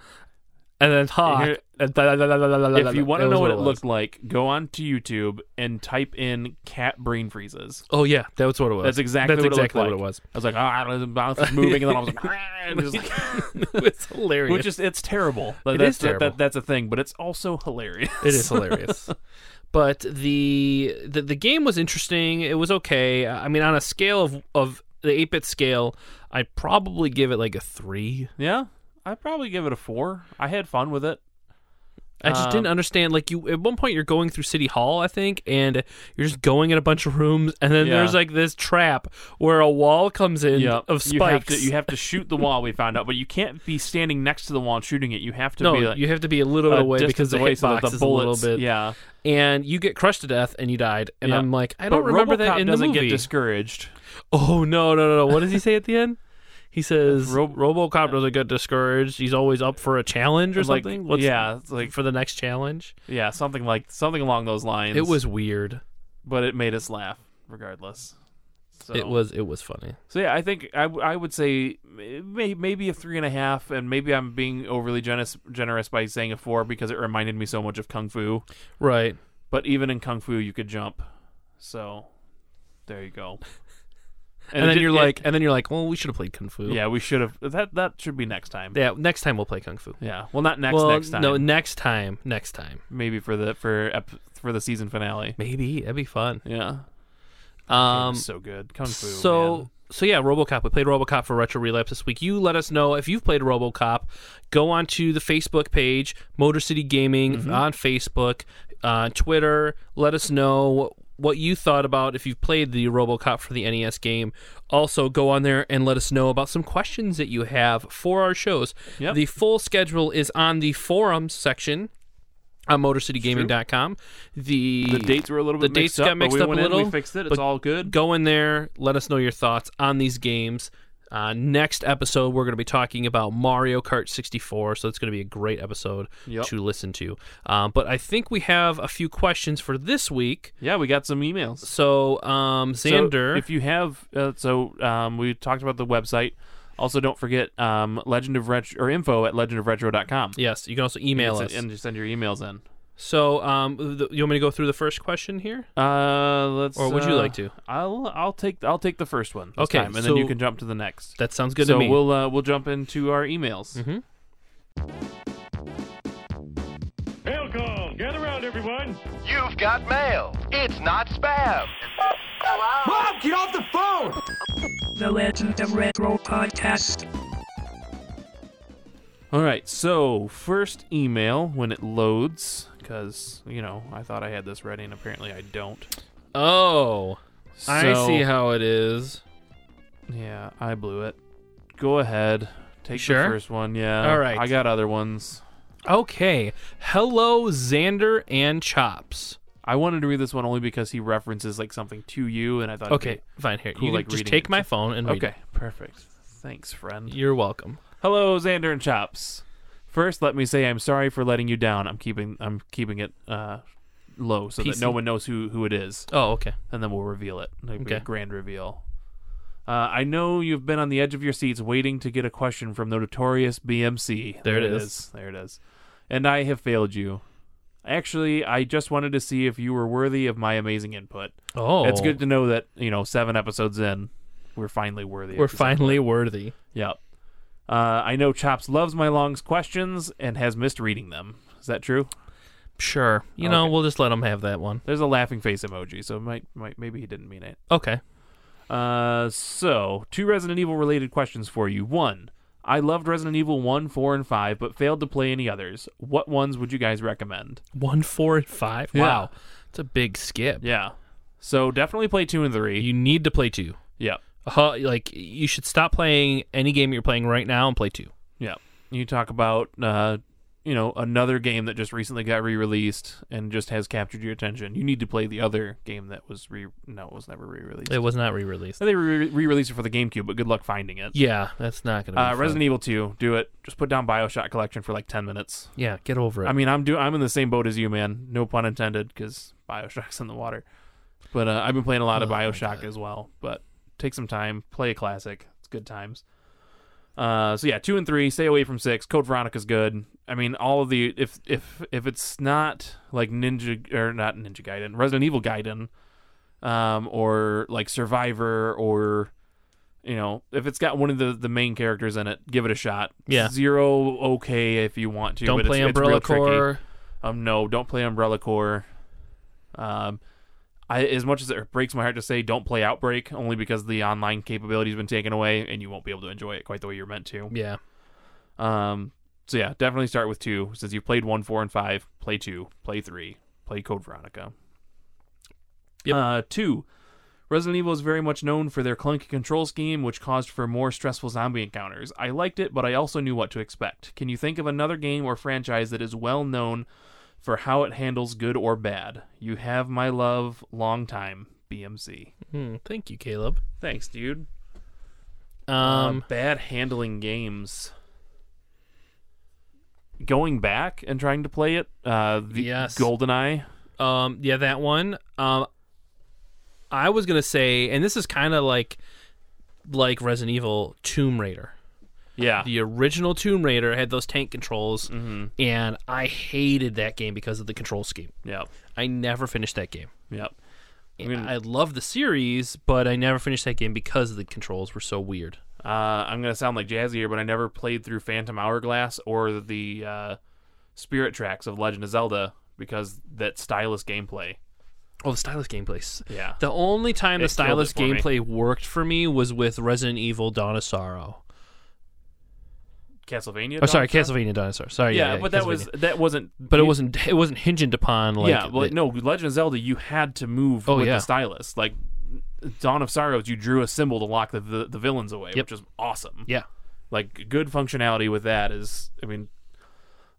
and then talk.
Here-
and da- da- da- da- da- da- da-
If you want to
was
know what it
was.
looked like, go on to YouTube and type in cat brain freezes.
Oh yeah, that's what it was.
That's exactly
that's
what it looked
exactly what
like.
it was.
I was like, ah, his mouth is moving, and then I was like, [laughs] "Ah," and just
[laughs]
like- [laughs]
it's hilarious.
which is it's terrible. But
It
that's,
is terrible.
That, that's a thing, but it's also hilarious. [laughs]
it is hilarious. But the, the the game was interesting. It was okay. I mean, on a scale of of the eight bit scale, I'd probably give it like a three.
Yeah, I'd probably give it a four. I had fun with it.
I just
Um,
didn't understand. Like you, at one point, you're going through City Hall, I think, and you're just going in a bunch of rooms, and then
Yeah.
there's like this trap where a wall comes in of spikes.
You have, to, you
[laughs]
have to shoot the wall. We found out, but you can't be standing next to the wall and shooting it. You have to
no,
be like
you have to be a little bit
a
away
distance
because the
away so
hitbox
that the
is a little
bullets.
bit.
Yeah,
and you get crushed to death and you died. And
Yeah.
I'm like, I don't
But
remember
RoboCop
that in the
doesn't
movie.
get discouraged.
[laughs] oh no, no, no, no! What does he say at the end? He says
Ro-
RoboCop doesn't get discouraged. He's always up for a challenge or
Like,
something.
yeah, it's like
for the next challenge.
yeah, something like something along those lines.
It was weird.
but it made us laugh regardless. So.
It was it was funny.
So yeah, I think I, w- I would say may, maybe a three and a half, and maybe I'm being overly generous generous by saying a four because it reminded me so much of Kung Fu.
Right.
But even in Kung Fu, you could jump. So there
[laughs]
you go.
And,
it
then
did-
you're
it-
like, and then you're like, well, we should have played kung fu.
yeah, we should have that. That should be next time.
Yeah, next time we'll play kung fu.
Yeah. Well, not next.
well,
next time.
no, next time, next time,
maybe for the for ep, for the season finale.
maybe that'd be fun.
Yeah.
Um,
so good, Kung Fu.
so
man.
so yeah, RoboCop. We played RoboCop for Retro Relapse this week. You let us know if you've played RoboCop. Go on to the Facebook page, Motor City Gaming
Mm-hmm.
on Facebook, uh, Twitter. Let us know what you thought about if you've played the RoboCop for the NES game. Also, go on there and let us know about some questions that you have for our shows.
Yep.
The full schedule is on the forums section on MotorCityGaming.com. The
the dates were a little
the
bit
dates
mixed up,
got mixed
but we
up a
went in,
little,
we fixed it. It's
but
all good.
go in there let us know your thoughts on these games Uh, next episode, we're going to be talking about Mario Kart 64, so it's going to be a great episode
Yep.
to listen to. Um, but I think we have a few questions for this week.
Yeah, we got some emails.
So, um, Xander,
So if you have, uh, so um, we talked about the website. Also, don't forget um, Legend of Retro or info at legendofretro.com.
yes, you can also email
and,
us.
send- and just send your emails in.
so, um, the, you want me to go through the first question here?
Uh, let's.
Or would you
uh,
like to?
I'll I'll take I'll take the first one. this
Okay,
time, and then you
so-
can jump to the next.
That sounds good
so
to me. Mm-hmm.
we'll uh, we'll jump into our emails.
Welcome! Get around, everyone!
You've got mail. It's not spam.
The Legend of Retro Podcast.
All right, so first email when it loads, because you know I thought I had this ready, and apparently I don't.
oh, I
So-
see how it is.
Yeah, I blew it. Go ahead, take
Sure?
the first one. Yeah,
All right.
I got other ones.
Okay. Hello, Xander and Chops.
I wanted to read this one only because he references like something to you, and I thought. it'd
Okay, fine. Here,
cool,
you can
like,
just
reading
take
it.
my phone and
be-
read
Okay.
it.
Perfect. Thanks, friend.
You're welcome.
Hello, Xander and Chops. First, let me say I'm sorry for letting you down. I'm keeping I'm keeping it uh, low so
PC.
that no one knows who who it is.
Oh, okay.
and then we'll reveal it. Like
Okay.
a grand reveal. Uh, I know you've been on the edge of your seats waiting to get a question from the notorious BMC.
There it is.
There it is. And I have failed you. Actually, I just wanted to see if you were worthy of my amazing input.
Oh,
It's good to know that, you know, seven episodes in, we're finally worthy. of
We're
this
finally worthy.
Yep. Uh, I know Chops loves my long questions and has missed reading them. Is that true?
Sure. You know,
Okay.
we'll just let them have that one.
There's a laughing face emoji, so it might, might maybe he didn't mean it.
Okay.
Uh, so two Resident Evil related questions for you. One, I loved Resident Evil one, four, and five, but failed to play any others. What ones would you guys recommend?
One, four, and five.
Yeah.
Wow. It's a big skip.
Yeah. So definitely play two and three.
You need to play two.
yep.
Uh, like, you should stop playing any game you're playing right now and play two.
Yep. You talk about uh, you know, another game that just recently got re-released and just has captured your attention. You need to play the other game that was re no, it was never re-released.
It was not re released.
they re- re-released it for the GameCube, but good luck finding it.
Yeah, that's not going to be.
Uh,
fun.
Resident Evil 2, do it. Just put down BioShock Collection for like 10 minutes.
Yeah, get over it.
I mean, I'm do I'm in the same boat as you, man. No pun intended, because Bioshock's in the water. But uh, I've been playing a lot of Bioshock as well. But take some time, play a classic. It's good times. Uh, so yeah, two and three. Stay away from six. Code Veronica's good. I mean, all of the if if if it's not like Ninja or not Ninja Gaiden, Resident Evil Gaiden, um, or like Survivor or you know, if it's got one of the, the main characters in it, give it a shot.
Yeah.
Zero okay if you want to.
Don't
but
play
it's,
Umbrella
it's real tricky.
Corps.
Um, no, don't play Umbrella Corps. Um, I as much as it breaks my heart to say, don't play Outbreak, only because the online capability's been taken away, and you won't be able to enjoy it quite the way you're meant to.
Yeah.
Um, so yeah, definitely start with two, since you've played one, four, and five. Play two, play three, play Code Veronica.
Yep.
Uh, two. Resident Evil is very much known for their clunky control scheme, which caused for more stressful zombie encounters. I liked it, but I also knew what to expect. Can you think of another game or franchise that is well known for how it handles good or bad? You have my love, long time, BMC.
Hmm, thank you, Caleb.
Thanks, dude.
Um,
Um, bad handling games. Going back and trying to play it, uh, the
Yes.
Goldeneye.
Um, yeah, that one. Um, I was gonna say, and this is kind of like like Resident Evil Tomb Raider.
Yeah,
The original Tomb Raider had those tank controls,
Mm-hmm.
and I hated that game because of the control scheme.
yep,
I never finished that game.
yep.
I,
mean-
love the series, but I never finished that game because the controls were so weird.
Uh, I'm gonna sound like Jazzy here, but I never played through Phantom Hourglass or the uh, Spirit Tracks of Legend of Zelda because that stylus gameplay.
Oh, the stylus gameplay. s-
Yeah,
The only time
It
the stylus
killed it for
gameplay worked for me was with Resident Evil Dawn of Sorrow.
Castlevania.
Oh, sorry,
Dawn of Sorrow?
Castlevania Dinosaur. Sorry,
Yeah,
yeah,
but that
Castlevania.
was that wasn't.
but it
you-
wasn't it wasn't hinged upon like
yeah, well,
the-
no, Legend of Zelda, you had to move
Oh,
with
yeah.
the stylus. Like Dawn of Sorrows, you drew a symbol to lock the the, the villains away, which is awesome.
yeah
Like good functionality with that is, I mean,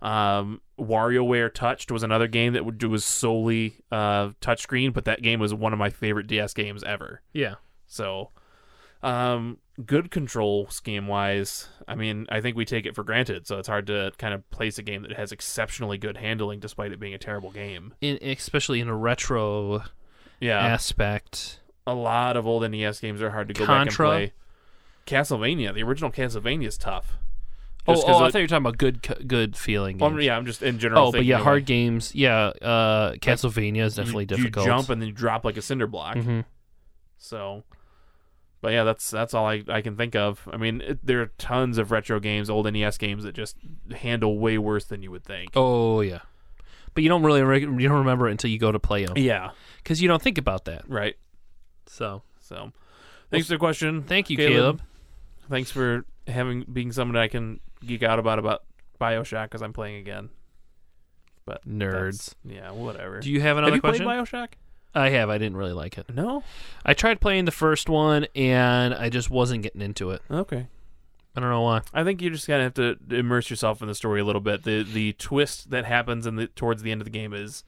um, WarioWare Touched was another game that would, was solely uh, touchscreen, but that game was one of my favorite DS games ever.
yeah
So Um, good control scheme wise, I mean, I think we take it for granted, so it's hard to kind of place a game that has exceptionally good handling despite it being a terrible game.
in, especially in a retro
Yeah.
aspect.
a lot of old NES games are hard to go
Contra.
back and play. Castlevania, the original Castlevania is tough.
Oh,
Just 'cause
oh, I
it-
thought you were talking about good, co- good feeling.
Well,
games.
yeah, I'm just in general.
oh, but
thinking
yeah,
of,
hard
like,
games. Yeah, uh, Castlevania is
you-
definitely
you,
difficult.
jump and then you drop like a cinder block.
Mhm.
So, but yeah, that's that's all I, I can think of. I mean, it, there are tons of retro games, old NES games that just handle way worse than you would think.
oh yeah, but you don't really re- you don't remember it until you go to play them
Yeah,
because you don't think about that.
right.
So
So, thanks for the question.
thank you,
Caleb.
Caleb.
Thanks for having being someone I can geek out about about Bioshock because I'm playing again. But
Nerds.
that's- yeah, whatever.
Do you have another
have you
question?
played Bioshock?
I have. I didn't really like it.
No.
I tried playing the first one and I just wasn't getting into it.
Okay.
I don't know why.
I think you just kind of have to immerse yourself in the story a little bit. The the twist that happens in the towards the end of the game is,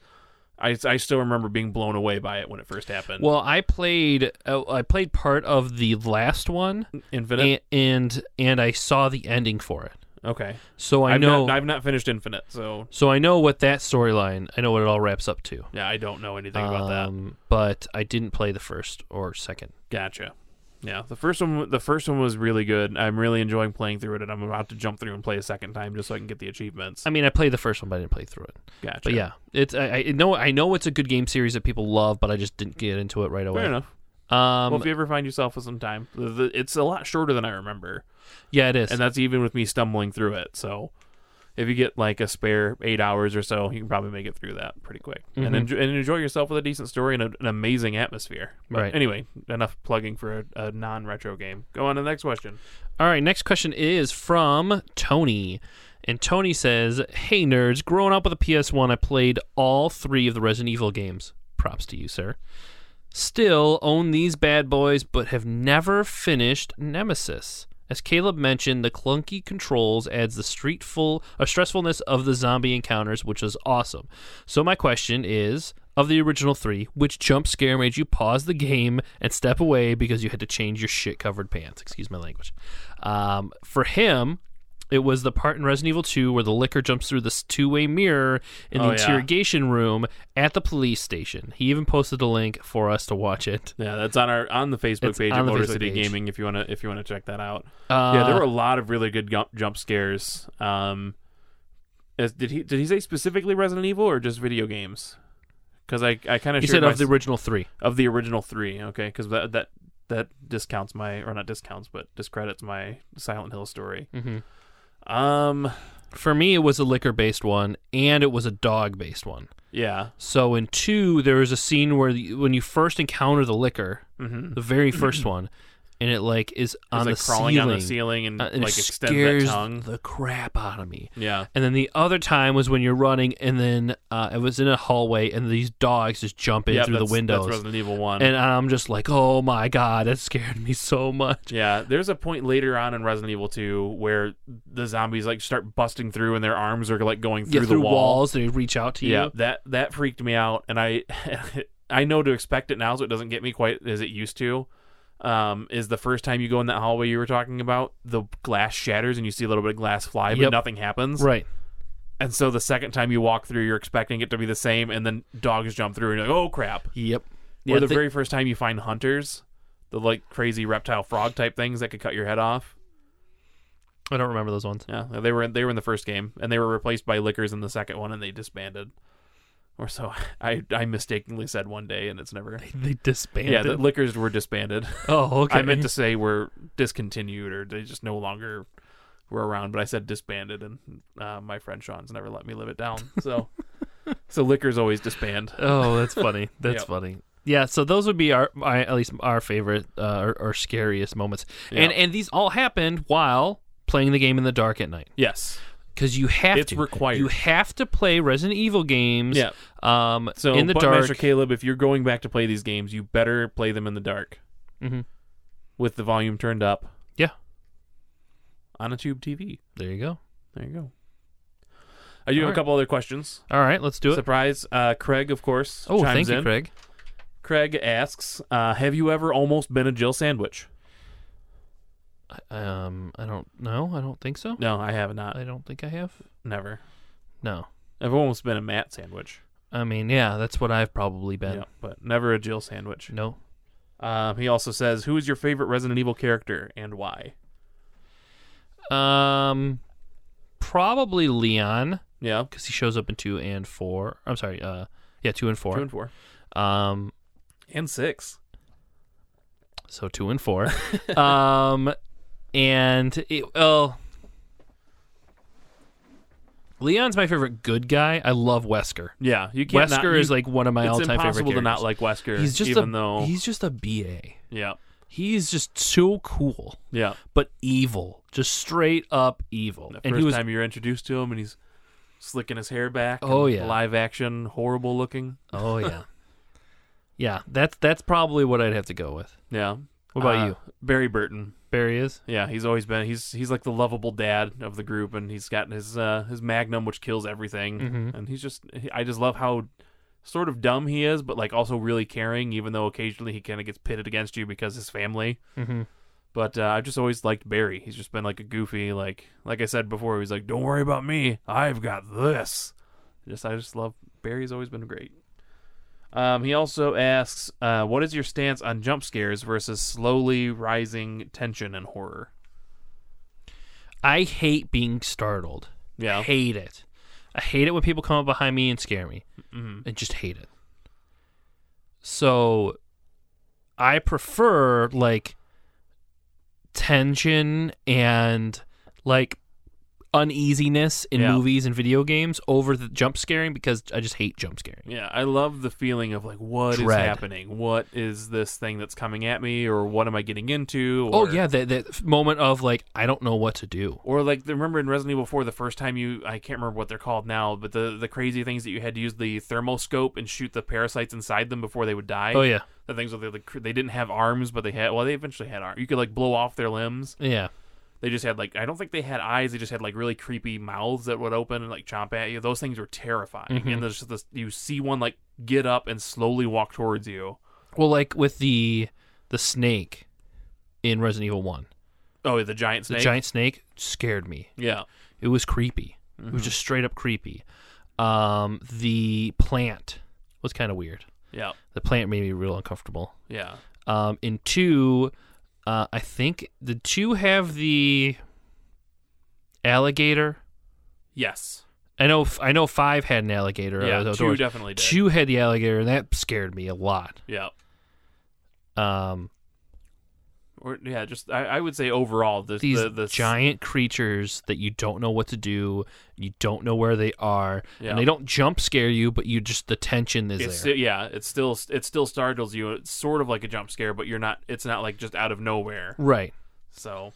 I, I still remember being blown away by it when it first happened.
Well, I played uh, I played part of the last one
Infinite.
and, and and I saw the ending for it.
okay.
So I
have
know
I've not finished Infinite, so
so I know what that storyline, I know what it all wraps up to.
yeah, I don't know anything about that.
Um, But I didn't play the first or second.
Gotcha. Yeah, the first one the first one was really good. I'm really enjoying playing through it, and I'm about to jump through and play a second time just so I can get the achievements.
I mean, I played the first one, but I didn't play through it.
Gotcha.
But yeah, it's I, I know I know it's a good game series that people love, but I just didn't get into it right away.
fair enough.
Um,
well, if you ever find yourself with some time, the, the, it's a lot shorter than I remember.
yeah, it is.
and that's even with me stumbling through it. So if you get like a spare eight hours or so, you can probably make it through that pretty quick
Mm-hmm.
and, enjoy, and enjoy yourself with a decent story and a, an amazing atmosphere. But
Right.
Anyway, enough plugging for a, a non-retro game. Go on to the next question.
All right, next question is from Tony. And Tony says, Hey nerds, growing up with a PS1, I played all three of the Resident Evil games. Props to you, sir. Still own these bad boys, but have never finished Nemesis. As Caleb mentioned, the clunky controls adds the streetful uh, stressfulness of the zombie encounters, which is awesome. So my question is, of the original three, which jump scare made you pause the game and step away because you had to change your shit covered pants? Excuse my language. Um, for him, it was the part in Resident Evil 2 where the liquor jumps through this two way mirror in the
Oh, yeah.
interrogation room at the police station. He even posted a link for us to watch it.
Yeah, that's on our on the Facebook
It's
page
on
at
the
Motor
Facebook
City
page.
Gaming. If you wanna if you wanna check that out.
Uh,
yeah, there were a lot of really good jump, jump scares. Um, as, did he did he say specifically Resident Evil or just video games? Because I I kind of
He said of the original three.
of the original three. Okay, because that that that discounts my or not discounts but discredits my Silent Hill story. Mm-hmm. Um,
For me, it was a liquor based one and it was a dog based one.
yeah,
So in two, there was a scene where the, when you first encounter the liquor,
Mm-hmm.
the
[clears throat]
very first one, and it like is on
it's
the
like crawling
ceiling,
on the ceiling and
uh, and it
like extends
scares
that tongue.
the crap out of me.
yeah,
And then the other time was when you're running, and then uh, it was in a hallway, and these dogs just jump in
yeah,
through the
that's-
windows,
That's Resident Evil One.
and I'm just like, oh my god, that scared me so much.
yeah, there's a point later on in Resident Evil Two where the zombies like start busting through and their arms are like going
Get
through,
through,
the wall.
walls, they reach out to
Yeah,
you.
that that freaked me out, and I [laughs] I know to expect it now, so it doesn't get me quite as it used to. Um, is the first time you go in that hallway you were talking about, the glass shatters and you see a little bit of glass fly, but
Yep.
nothing happens.
Right.
And so the second time you walk through, you're expecting it to be the same, and then dogs jump through, and you're like, oh crap.
Yep.
or
Yeah,
the
thi-
very first time you find hunters, the like crazy reptile frog type things that could cut your head off.
I don't remember those ones.
Yeah, they were they were in the first game, and they were replaced by liquors in the second one, and they disbanded. Or so [laughs] I I mistakenly said one day, and it's never.
They disbanded.
[laughs] Yeah, the liquors were disbanded. [laughs]
oh, okay.
I meant to say were discontinued or they just no longer were around, but I said disbanded, and uh, my friend Sean's never let me live it down.
[laughs]
So, so liquors always disband.
[laughs] Oh, that's
[laughs]
funny. That's
Yep.
funny. Yeah, so those would be our, my, at least our favorite uh, or, or scariest moments, and
Yeah.
and these all happened while playing the game in the dark at night
Yes.
because you have
It's
to
required.
You have to play Resident Evil games.
Yeah.
Um.
So,
in the
Button
dark.
Master Caleb, if you're going back to play these games, you better play them in the dark,
Mhm.
with the volume turned up
yeah.
on a tube TV.
There you go.
There you go. I do have
Alright.
a couple other questions.
All right. Let's do it.
Surprise, uh, Craig, of course.
Oh, thank
chimes
you,
in.
Craig.
Craig asks, uh, "Have you ever almost been a Jill sandwich?"
Um, I don't know. I don't think so.
No, I have not.
I don't think I have.
Never.
No.
I've almost been a Matt sandwich.
I mean, yeah, that's what I've probably been.
Yeah, but never a Jill sandwich.
No.
Um, he also says, "Who is your favorite Resident Evil character and why?"
Um, probably Leon
Yeah,
because he shows up in two and four. I'm sorry. Uh, yeah, two and four.
two and four
Um,
and six.
so two and
[laughs]
four. um, and it, well, Leon's my favorite good guy. I love Wesker.
Yeah, you can't.
Wesker
not-
is
you-
like one of my
it's
all-time favorite
impossible
characters.
to not like Wesker.
he's just
even
a,
though
he's just a BA.
yeah
He's just so cool,
yeah.
but evil, just straight up evil.
The
and
first
he was [laughs]
time you're introduced to him, and he's slicking his hair back.
Oh,
and
yeah.
live action, horrible looking.
Oh yeah, yeah. That's that's probably what I'd have to go with.
Yeah.
What about you?
Uh, Barry Burton?
Barry is.
Yeah, he's always been he's he's like the lovable dad of the group, and he's got his uh, his Magnum, which kills everything, and he's just he- I just love how sort of dumb he is, but like also really caring, even though occasionally he kind of gets pitted against you because his family.
Mhm.
But uh, I've just always liked Barry. He's just been like a goofy, like like I said before, he's like, "Don't worry about me, I've got this." Just I just love Barry's always been great. Um, he also asks, uh, "What is your stance on jump scares versus slowly rising tension and horror?"
I hate being startled.
Yeah.
Hate it. I hate it when people come up behind me and scare me.
Mm-hmm.
I just hate it. So, I prefer like tension and like uneasiness in
Yeah.
movies and video games over the jump scaring because I just hate jump scaring.
Yeah, I love the feeling of like what is
Dread.
happening? What is this thing that's coming at me or what am I getting into?
Oh
Or,
yeah, that that moment of like I don't know what to do.
Or like the- remember in Resident Evil 4 the first time you I can't remember what they're called now, but the the crazy things that you had to use the thermoscope and shoot the parasites inside them before they would die.
Oh yeah,
The things where they like, cr- they didn't have arms but they had well they eventually had arms. You could like blow off their limbs.
yeah.
They just had like I don't think they had eyes. They just had like really creepy mouths that would open and like chomp at you. Those things were terrifying.
Mm-hmm.
And there's just this you see one like get up and slowly walk towards you.
Well, like with the the snake in Resident Evil One,
Oh, the giant
the
snake.
giant snake scared me.
Yeah.
It was creepy.
Mm-hmm.
It was just straight up creepy. Um, the plant was kind of weird.
Yeah.
The plant made me real uncomfortable.
Yeah.
Um, in two, uh, I think the two have the alligator.
Yes.
I know. I know. Five had an alligator.
Yeah.
uh,
Two
outdoors.
definitely did.
Two had the alligator, and that scared me a lot.
Yeah.
Um,
Or yeah, just I, I would say overall the
these
the, the
giant creatures that you don't know what to do, you don't know where they are,
Yeah.
and they don't jump scare you, but you just the tension is
It's
there.
sti- yeah, it still it still startles you. It's sort of like a jump scare, but you're not. It's not like just out of nowhere.
right.
So,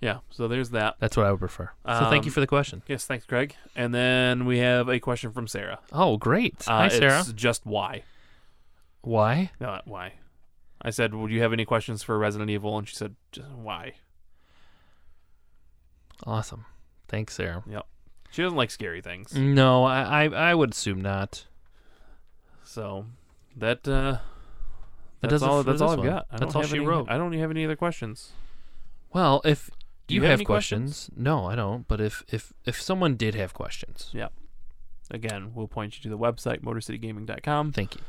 yeah. So there's that.
That's what I would prefer. so thank you
Um,
for the question.
Yes, thanks, Craig. And then we have a question from Sarah.
Oh, great. Hi,
Uh,
Sarah.
It's just why?
Why?
No, not why? I said, "Would you have any questions for Resident Evil?" And she said, "Just why?"
Awesome. Thanks, Sarah.
Yep. She doesn't like scary things.
No, I, I, I would assume not.
So that uh,
That
that's
does it
all.
for
That's
this
all I've
one.
got. I
That's
don't
all
have
she
any-
wrote.
I don't have any other questions.
Well, if
Do
you,
you have
have,
any questions?
questions, no, I don't. But if if if someone did have questions,
Yeah. Again, we'll point you to the website motorcitygaming.com.
thank you.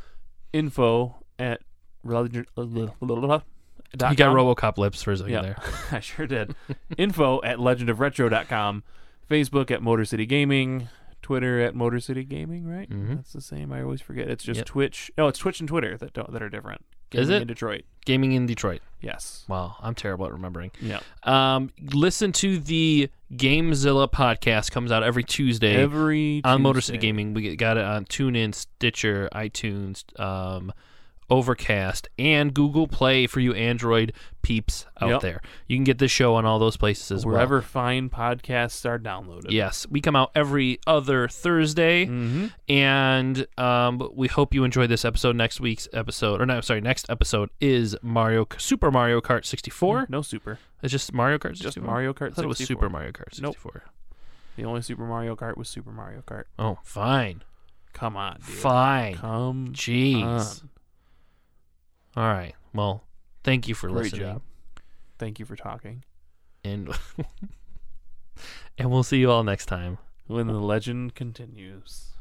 Info at uh, religion.
You got
[laughs]
RoboCop lips for a second
yeah,
there.
I
[laughs]
sure did. Info at legendofretro.com. Facebook at Motor City Gaming. Twitter at Motor City Gaming, right? That's the same. I always forget. It's just
Mm-hmm. Yep.
Twitch. No, it's Twitch and Twitter that don't, that are different.
Is
Gaming
it?
in Detroit?
Gaming in Detroit.
Yes.
Wow, I'm terrible at remembering.
Yeah.
Um, listen to the Gamezilla podcast. Comes out every Tuesday
Every
on Motor City
Tuesday.
Gaming. We got it on TuneIn, Stitcher, iTunes, um, Overcast, and Google Play for you Android peeps out
Yep.
there. You can get this show on all those places as well.
Wherever fine podcasts are downloaded.
Yes, we come out every other Thursday,
Mm-hmm.
and um, we hope you enjoy this episode. Next week's episode, or no, sorry, next episode is Mario Super Mario Kart 64.
No super.
It's just Mario Kart 64.
Mario Kart
I thought it was
64.
Super Mario Kart 64.
Nope. The only Super Mario Kart was Super Mario Kart.
Oh, fine.
Come on, dude.
Fine.
Come.
Jeez. All right. Well, thank you for
Great
listening.
job. Thank you for talking.
and [laughs] and we'll see you all next time.
When the legend continues.